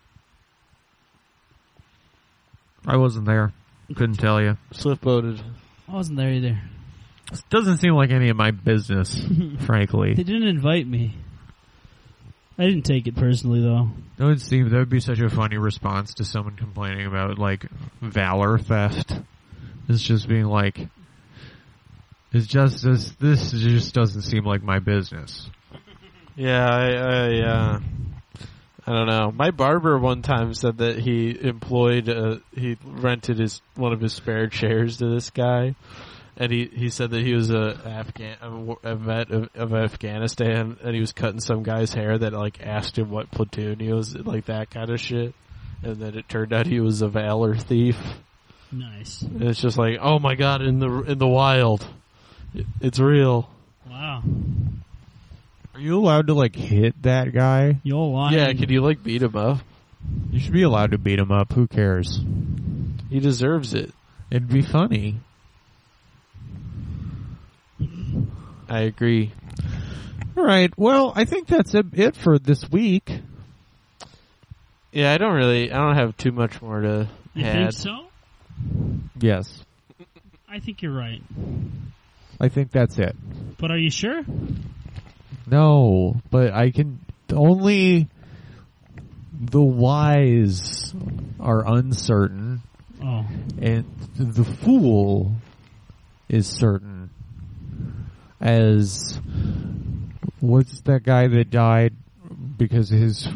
A: I wasn't there. Couldn't tell you.
C: Swift boated.
D: I wasn't there either.
A: Doesn't seem like any of my business, <laughs> frankly.
D: didn't invite me. I didn't take it personally though.
A: That would seem that would be such a funny response to someone complaining about like valor theft. It's just being like, it's just this. This just doesn't seem like my business.
C: Yeah, I, I, uh, I don't know. My barber one time said that he employed, uh, he rented his one of his spare chairs to this guy, and he, he said that he was a Afghan, a w- a vet of, of Afghanistan, and he was cutting some guy's hair that like asked him what platoon he was, like that kind of shit, and then it turned out he was a valor thief.
D: Nice.
C: And it's just like, oh my god, in the in the wild, It- it's real.
D: Wow.
A: Are you allowed to like hit that guy?
D: You're lying.
C: Yeah, could you like beat him up?
A: You should be allowed to beat him up. Who cares?
C: He deserves it.
A: It'd be funny.
C: I agree.
A: All right. Well, I think that's it- it for this week.
C: Yeah, I don't really. I don't have too much more to
D: You think
C: add.
D: so?
A: Yes,
D: I think you're right.
A: I think that's it.
D: But are you sure?
A: No, but I can only the wise are uncertain,
D: Oh.
A: and the fool is certain. As what's that guy that died because his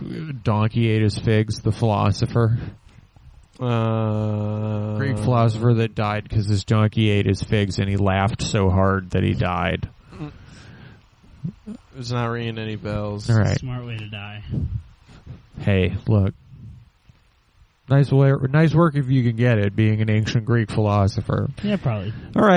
A: donkey ate his figs? The philosopher,
C: Uh,
A: Greek philosopher that died because his donkey ate his figs, and he laughed so hard that he died.
C: It's not ringing any bells.
A: All right.
D: Smart way to die.
A: hey, look. Nice, way, nice work if you can get it, being an ancient Greek philosopher.
D: Yeah, probably.
A: All right.